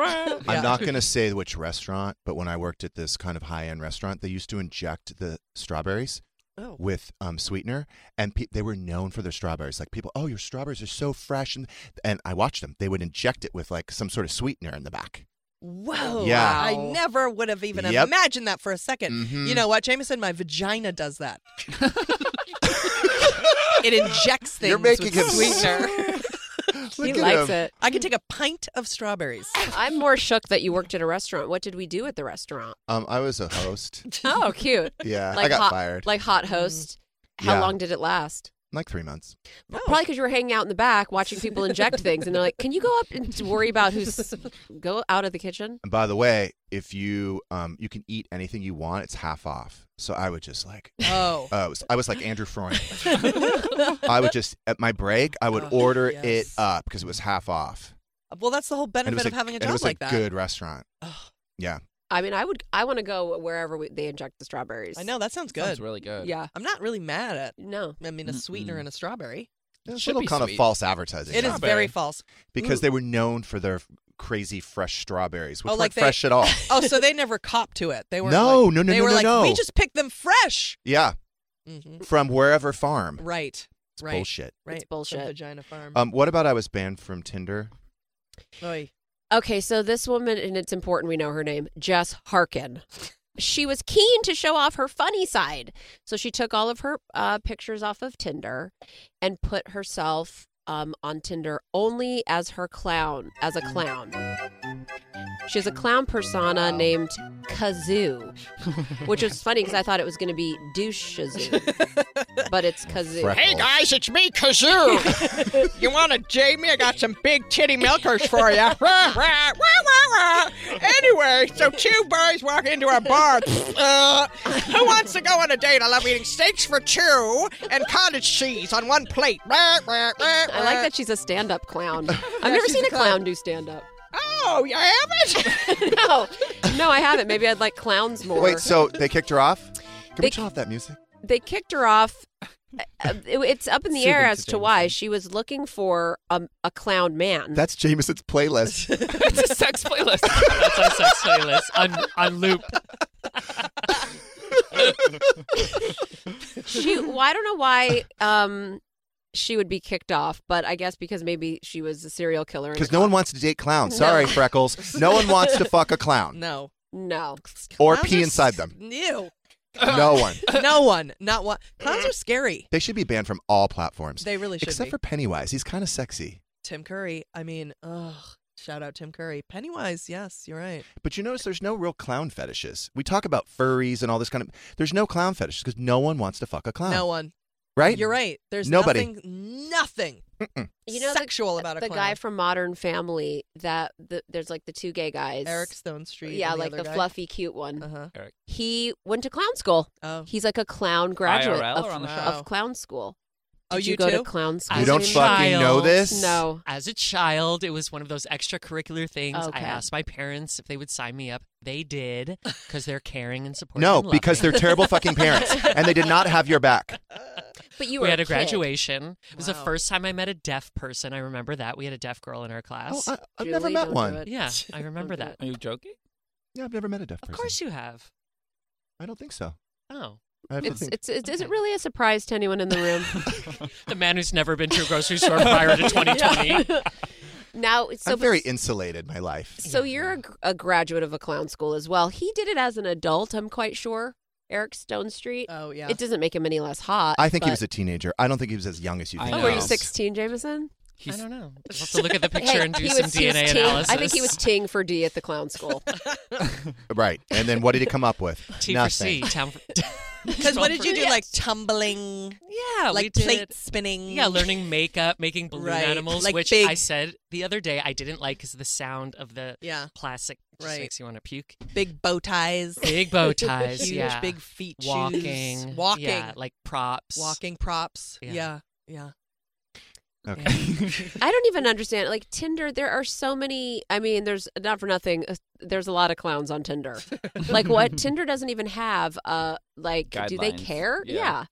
Speaker 5: I'm not going to say which restaurant, but when I worked at this kind of high end restaurant, they used to inject the strawberries
Speaker 8: Oh.
Speaker 5: with um, sweetener, and pe- they were known for their strawberries. Like people, oh, your strawberberries are so fresh, and and I watched them. They would inject it with like some sort of sweetener in the back.
Speaker 8: Whoa.
Speaker 5: Yeah.
Speaker 8: I never would have even
Speaker 5: Yep.
Speaker 8: imagined that for a 2nd
Speaker 5: Mhm.
Speaker 8: You know what, Jameson? My vagina does that. it injects things
Speaker 5: You're making
Speaker 8: with
Speaker 5: him
Speaker 8: sweetener.
Speaker 6: He at likes him. it.
Speaker 8: I can take a pint of strawberries.
Speaker 6: I'm more shook that you worked at a restaurant. What did we do at the restaurant?
Speaker 5: Um, I was a host.
Speaker 6: Oh, cute.
Speaker 5: Yeah, I got
Speaker 6: hot,
Speaker 5: fired. Mm-hmm.
Speaker 6: Like hot host. How
Speaker 5: Yeah.
Speaker 6: long did it last?
Speaker 5: like three months.
Speaker 6: Probably because you were hanging out in the back watching people inject things, and they're like, "Can you go up and worry about who's go out of the kitchen?"
Speaker 5: And by the way, if you um you can eat anything you want, it's half off. So I would just like
Speaker 8: Oh.
Speaker 5: I was, I was like Andrew Freund. I would just at my break, I would order it up because it was half off.
Speaker 8: Well, that's the whole
Speaker 5: And it
Speaker 8: benefit
Speaker 5: was
Speaker 8: of having a
Speaker 5: and it
Speaker 8: job
Speaker 5: was
Speaker 8: like
Speaker 5: a
Speaker 8: that.
Speaker 5: good restaurant. Yeah.
Speaker 6: I mean, I would. I want to go wherever we, they inject the strawberries.
Speaker 8: I know that sounds good.
Speaker 10: Sounds really good.
Speaker 6: Yeah.
Speaker 8: I'm not really mad at.
Speaker 6: No.
Speaker 8: I mean, a sweetener and a strawberry.
Speaker 5: It's a little kind of false advertising.
Speaker 8: It is very false.
Speaker 5: Because they were known for their crazy fresh strawberries, which
Speaker 8: Oh,
Speaker 5: weren't
Speaker 8: like they-
Speaker 5: fresh at all.
Speaker 8: Oh, so they never copped to it. They were
Speaker 5: No,
Speaker 8: like,
Speaker 5: no, no,
Speaker 8: They
Speaker 5: no,
Speaker 8: were
Speaker 5: no,
Speaker 8: like, we
Speaker 5: no.
Speaker 8: just picked them fresh.
Speaker 5: yeah. From wherever farm.
Speaker 8: Mm-hmm. Right.
Speaker 5: It's
Speaker 8: right.
Speaker 5: bullshit.
Speaker 8: Right. It's
Speaker 6: bullshit.
Speaker 8: Vagina farm.
Speaker 5: Um, what about I was banned from Tinder?
Speaker 6: Okay, so this woman, and it's important we know her name, Jess Harkin. She was keen to show off her funny side. So she took all of her uh, pictures off of Tinder and put herself um, on Tinder only as her clown, as a clown. She has a clown persona named Kazoo, which is funny because I thought it was going to be douche Shazoo, but it's Kazoo.
Speaker 15: Hey guys, it's me, Kazoo. you want to jade me? I got some big titty milkers for you. anyway, so two boys walk into our bar. Uh, who wants to go on a date? I love eating steaks for two and cottage cheese on one plate. I
Speaker 6: I like that she's a stand up clown. I've never seen a clown do stand up.
Speaker 15: Oh, you haven't?
Speaker 6: no. No, I haven't. Maybe I'd like clowns more.
Speaker 5: Wait, so they kicked her off? Can
Speaker 6: They-
Speaker 5: we turn off that music?
Speaker 6: they kicked her off. Uh, it- It's up in the air
Speaker 5: Soothing
Speaker 6: as
Speaker 5: to
Speaker 6: to why she was looking for a, a clown man.
Speaker 5: That's Jameson's playlist.
Speaker 7: it's a sex playlist. That's our sex playlist on, on loop.
Speaker 6: she. Well, I don't know why um, she would be kicked off, but I guess because maybe she was a serial killer. and-
Speaker 5: Because no one wants to date clowns.
Speaker 6: No.
Speaker 5: Sorry, Freckles. No one wants to fuck a clown
Speaker 8: No.
Speaker 6: No.
Speaker 5: or pee inside them.
Speaker 8: Ew.
Speaker 5: No one.
Speaker 8: no one. Not one. Clowns are scary.
Speaker 5: They should be banned from all platforms.
Speaker 8: They really should
Speaker 5: Except
Speaker 8: be.
Speaker 5: for Pennywise. He's kind of sexy.
Speaker 8: Tim Curry. I mean, ugh. Shout out Tim Curry. Pennywise. Yes, you're right.
Speaker 5: But you notice there's no real clown fetishes. We talk about furries and all this kind of. There's no clown fetishes because no one wants to fuck a clown.
Speaker 8: No one.
Speaker 5: Right?
Speaker 8: You're right. There's
Speaker 5: Nobody.
Speaker 8: nothing. Nothing.
Speaker 6: You know, the-
Speaker 8: sexual about a
Speaker 6: the
Speaker 8: clown.
Speaker 6: guy from Modern Family that the, there's like the two gay guys,
Speaker 8: Eric Stone Street.
Speaker 6: Yeah,
Speaker 8: and the
Speaker 6: like
Speaker 8: other
Speaker 6: the
Speaker 8: guy.
Speaker 6: fluffy, cute one.
Speaker 8: Uh-huh.
Speaker 10: Eric.
Speaker 6: He went to clown school.
Speaker 8: Oh.
Speaker 6: He's like a clown graduate
Speaker 10: IRL
Speaker 6: of,
Speaker 10: or on the
Speaker 6: of
Speaker 10: show?
Speaker 6: clown school.
Speaker 8: Oh,
Speaker 6: Did
Speaker 8: you
Speaker 6: go to
Speaker 8: too?
Speaker 6: clown school?
Speaker 5: You don't
Speaker 6: Jamie?
Speaker 5: fucking know this?
Speaker 6: No.
Speaker 7: As a child, it was one of those extracurricular things.
Speaker 6: Okay.
Speaker 7: I asked my parents if they would sign me up. They did because they're caring and supportive.
Speaker 5: No,
Speaker 7: and loving.
Speaker 5: because they're terrible fucking parents and they did not have your back.
Speaker 6: But you were
Speaker 7: we had
Speaker 6: a
Speaker 7: a
Speaker 6: kid.
Speaker 7: graduation. It was the
Speaker 6: Wow.
Speaker 7: first time I met a deaf person. I remember that. We had a deaf girl in our class.
Speaker 5: Oh, I- I've never Julie, met don't do one. it.
Speaker 7: Yeah, I remember that.
Speaker 10: Are you joking?
Speaker 5: Yeah, I've never met a deaf person.
Speaker 7: Of course you have.
Speaker 5: I don't think so.
Speaker 7: Oh.
Speaker 5: I have to
Speaker 6: It's,
Speaker 5: think.
Speaker 6: it's, it's, Is it really a surprise to anyone in the room?
Speaker 7: The man who's never been to a grocery store prior to 2020.
Speaker 6: now, so
Speaker 5: I'm very insulated my life.
Speaker 6: so you're a, gr- a graduate of a clown school as well. He did it as an adult. I'm quite sure. Eric Stone Street.
Speaker 8: Oh yeah.
Speaker 6: It doesn't make him any less hot.
Speaker 5: I think he
Speaker 6: uh, but-
Speaker 5: was a teenager. I don't think he was as young as you
Speaker 10: I
Speaker 5: think.
Speaker 6: Oh,
Speaker 5: he
Speaker 6: were you
Speaker 5: was.
Speaker 6: 16, Jameson?
Speaker 7: He's,
Speaker 6: I don't know.
Speaker 7: We'll have to look at the picture
Speaker 6: Hey,
Speaker 7: and do
Speaker 6: he
Speaker 7: some
Speaker 6: was- he was
Speaker 7: DNA
Speaker 6: ting-
Speaker 7: analysis.
Speaker 6: I think he was ting for D at the clown school.
Speaker 5: Right. And then what did he come up with?
Speaker 7: T for C.
Speaker 5: Nothing.
Speaker 7: Town for,
Speaker 8: Because what did you do?
Speaker 7: Yes.
Speaker 8: Like tumbling?
Speaker 7: Yeah,
Speaker 8: like
Speaker 7: we did-
Speaker 8: plate spinning.
Speaker 7: Yeah, learning makeup, making balloon
Speaker 8: Right.
Speaker 7: animals,
Speaker 8: Like
Speaker 7: which
Speaker 8: big-
Speaker 7: I said the other day I didn't like because the sound of the
Speaker 8: Yeah.
Speaker 7: plastic just
Speaker 8: Right.
Speaker 7: makes you want to puke.
Speaker 8: big bow ties,
Speaker 7: Big bow ties,
Speaker 8: huge
Speaker 7: yeah.
Speaker 8: big feet, shoes.
Speaker 7: walking,
Speaker 8: walking,
Speaker 7: yeah, like props,
Speaker 8: walking props.
Speaker 7: Yeah.
Speaker 8: Yeah, yeah.
Speaker 5: Okay.
Speaker 6: I don't even understand. Like Tinder, there are so many. I mean, there's not for nothing. Uh, there's a lot of clowns on Tinder. like what Tinder doesn't even have. Uh, like do they
Speaker 8: Guidelines.
Speaker 6: care?
Speaker 8: Yeah.
Speaker 6: Yeah.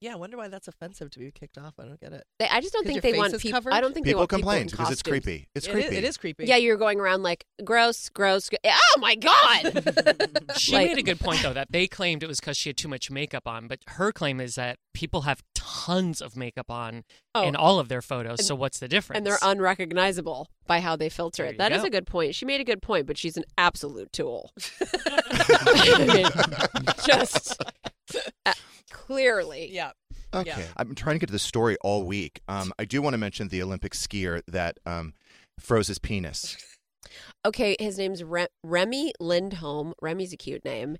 Speaker 8: Yeah, I wonder why that's offensive to be kicked off. I don't get it.
Speaker 6: They, I just don't
Speaker 8: 'Cause
Speaker 6: think
Speaker 8: your
Speaker 6: they
Speaker 8: face
Speaker 6: want
Speaker 8: is
Speaker 6: people.
Speaker 8: covered?
Speaker 6: I don't think they
Speaker 5: People
Speaker 6: want
Speaker 5: complained
Speaker 6: people in
Speaker 5: because it's
Speaker 6: costumes.
Speaker 5: creepy. It's
Speaker 8: It is-
Speaker 5: creepy.
Speaker 8: it is creepy.
Speaker 6: Yeah, you're going around like gross, gross. gr- Oh my god!
Speaker 7: She
Speaker 6: Like-
Speaker 7: made a good point though that they claimed it was because she had too much makeup on, but her claim is that people have tons of makeup on
Speaker 6: Oh.
Speaker 7: in all of their photos.
Speaker 6: And-
Speaker 7: so what's the difference?
Speaker 6: and they're unrecognizable by how they filter it.
Speaker 7: you
Speaker 6: That is
Speaker 7: go.
Speaker 6: a good point. She made a good point, but she's an absolute tool. I mean, just uh, clearly,
Speaker 8: yeah.
Speaker 5: Okay. I'm trying to get to the story all week. Um, I do want to mention the Olympic skier that um, froze his penis.
Speaker 6: Okay, his name's Re- Remy Lindholm. Remy's a cute name.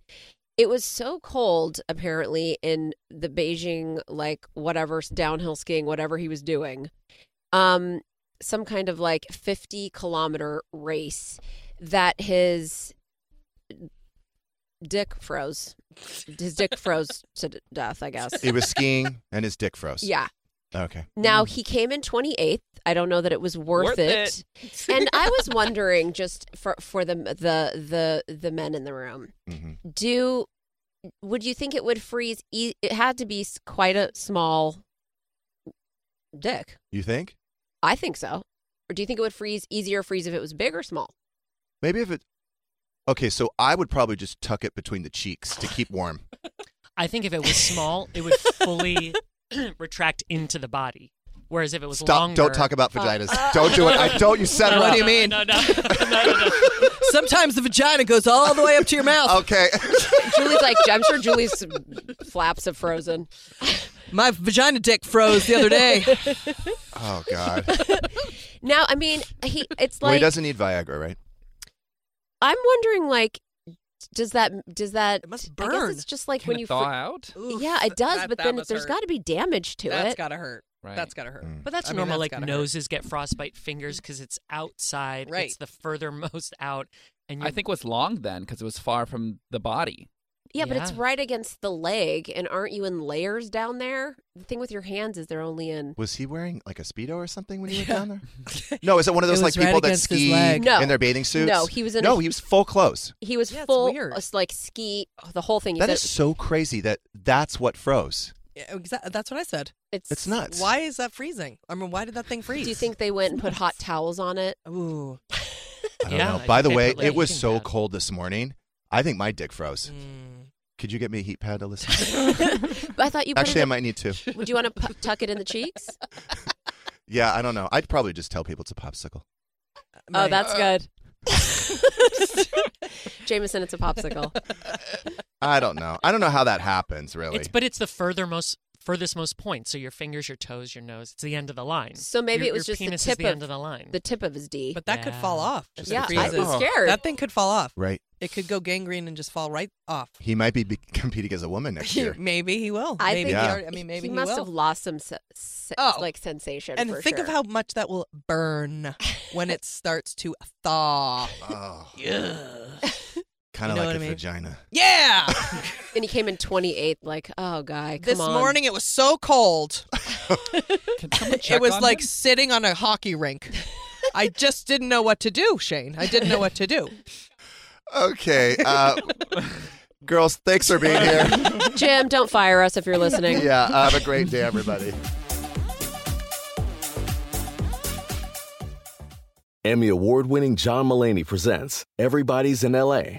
Speaker 6: It was so cold, apparently, in the Beijing, like whatever downhill skiing, whatever he was doing. Um, some kind of like 50 kilometer race that his dick froze. His dick froze to d- death, I guess.
Speaker 5: He was skiing and his dick froze.
Speaker 6: Yeah.
Speaker 5: Okay.
Speaker 6: Now he came in 28th. I don't know that it was Mm. worth,
Speaker 5: Worth
Speaker 6: it. and I was wondering just for for the the the the men in the room. Mm-hmm. Do would you think it would freeze e- it had to be s- quite a small dick.
Speaker 5: You think?
Speaker 6: I think so. Or do you think it would freeze easier freeze if it was big or small?
Speaker 5: Maybe if it. Okay, so I would probably just tuck it between the cheeks to keep warm.
Speaker 7: I think if it was small, it would fully retract into the body. Whereas if it was
Speaker 5: Stop.
Speaker 7: longer, uh,
Speaker 5: Don't talk about
Speaker 6: Uh,
Speaker 5: vaginas. Don't do it. I don't. You set
Speaker 7: No,
Speaker 5: her
Speaker 7: no,
Speaker 5: up.
Speaker 7: no,
Speaker 8: mean?
Speaker 7: No, no.
Speaker 8: Sometimes the vagina goes all the way up to your mouth.
Speaker 5: Okay.
Speaker 6: Julie's like I'm sure Julie's flaps have frozen.
Speaker 8: My vagina dick froze the other day.
Speaker 5: Oh God.
Speaker 6: Now, I mean, he it's
Speaker 5: well, he
Speaker 6: like
Speaker 5: doesn't need Viagra, right?
Speaker 6: I'm wondering, like, does that does that? It must I
Speaker 8: burn.
Speaker 6: guess it's just like
Speaker 10: Can
Speaker 6: when
Speaker 10: it
Speaker 6: you
Speaker 10: thaw
Speaker 6: fr-
Speaker 10: out?
Speaker 6: yeah, it does,
Speaker 8: that-
Speaker 6: but
Speaker 8: that
Speaker 6: then
Speaker 8: must
Speaker 6: there's
Speaker 8: hurt.
Speaker 6: got to be damage to
Speaker 8: That's
Speaker 6: it.
Speaker 8: gotta hurt.
Speaker 10: Right.
Speaker 8: That's gotta hurt.
Speaker 5: Mm.
Speaker 7: But that's
Speaker 8: I mean,
Speaker 7: normal.
Speaker 8: that's
Speaker 7: like
Speaker 8: gotta hurt. Mm.
Speaker 7: noses get frostbite, fingers because it's outside.
Speaker 8: Right.
Speaker 7: It's the furthermost out. And
Speaker 10: I think it was long then because it was far from the body.
Speaker 6: yeah, but it's
Speaker 7: yeah.
Speaker 6: right against the leg, and aren't you in layers down there? The thing with your hands is they're only in.
Speaker 5: Was he wearing like a speedo or something when he went down there? No, is it one of those like people that ski
Speaker 6: No.
Speaker 5: in their bathing suits?
Speaker 6: No, he was in a-
Speaker 5: No, he was full clothes.
Speaker 6: He was full, uh, like ski, oh, the whole thing. He
Speaker 5: That
Speaker 6: said-
Speaker 5: is so crazy that that's what froze.
Speaker 8: Yeah, exa- that's what I said.
Speaker 6: It's
Speaker 5: It's nuts.
Speaker 8: Why is that freezing? I mean, why did that thing freeze?
Speaker 6: Do you think they went and put hot towels on it?
Speaker 8: Ooh,
Speaker 5: I don't
Speaker 7: Yeah,
Speaker 5: know.
Speaker 7: I think
Speaker 5: By the
Speaker 7: they
Speaker 5: way,
Speaker 7: put, like,
Speaker 5: it was
Speaker 7: heating
Speaker 5: so
Speaker 7: pads.
Speaker 5: cold this morning. I think my dick froze.
Speaker 8: Mm.
Speaker 5: Could you get me a heat pad to listen?
Speaker 6: But I thought you put
Speaker 5: Actually, I
Speaker 6: it in-
Speaker 5: might need to.
Speaker 6: Would you want to p- tuck it in the cheeks?
Speaker 5: Yeah, I don't know. I'd probably just tell people it's a popsicle.
Speaker 6: Oh, that's good. uh, Jameson, it's a popsicle.
Speaker 5: I don't know. I don't know how that happens, really.
Speaker 7: It's but it's the furthermost furthest most point. So your fingers, your toes, your nose. It's the end of the line.
Speaker 6: So maybe
Speaker 7: Your-
Speaker 6: it was
Speaker 7: your
Speaker 6: just the
Speaker 7: penis
Speaker 6: tip
Speaker 7: is the
Speaker 6: of
Speaker 7: end of the line.
Speaker 6: The tip of his D.
Speaker 8: But that could fall off. if
Speaker 6: yeah,
Speaker 8: it
Speaker 6: I'd be
Speaker 8: freezes.
Speaker 6: scared.
Speaker 8: That thing could fall off.
Speaker 5: right.
Speaker 8: It could go gangrene and just fall right off.
Speaker 5: He might be, be competing as a woman next year.
Speaker 8: maybe he will.
Speaker 6: I
Speaker 8: maybe
Speaker 6: think
Speaker 8: he
Speaker 5: Yeah.
Speaker 8: already, I mean, maybe
Speaker 6: he
Speaker 8: he,
Speaker 6: must
Speaker 8: will. Oh.
Speaker 6: have lost some se- se- like sensation.
Speaker 8: and
Speaker 6: for
Speaker 8: think of
Speaker 6: sure.
Speaker 8: how much that will burn when it starts to thaw.
Speaker 5: Oh.
Speaker 8: Yeah.
Speaker 5: Kind
Speaker 8: You
Speaker 5: of
Speaker 8: know
Speaker 5: like
Speaker 8: what
Speaker 5: a
Speaker 8: I mean?
Speaker 5: vagina.
Speaker 8: Yeah.
Speaker 6: and he came in 28th. Like, oh, guy, come
Speaker 8: this
Speaker 6: on.
Speaker 8: morning it was so cold. it
Speaker 10: check
Speaker 8: was
Speaker 10: on
Speaker 8: like
Speaker 10: him?
Speaker 8: sitting on a hockey rink. I just didn't know what to do, Shane. I didn't know what to do.
Speaker 5: Okay. Uh, girls, thanks for being here.
Speaker 6: Jim, don't fire us if you're listening.
Speaker 5: Yeah, uh, have a great day, everybody.
Speaker 12: Emmy award winning John Mullaney presents Everybody's in LA,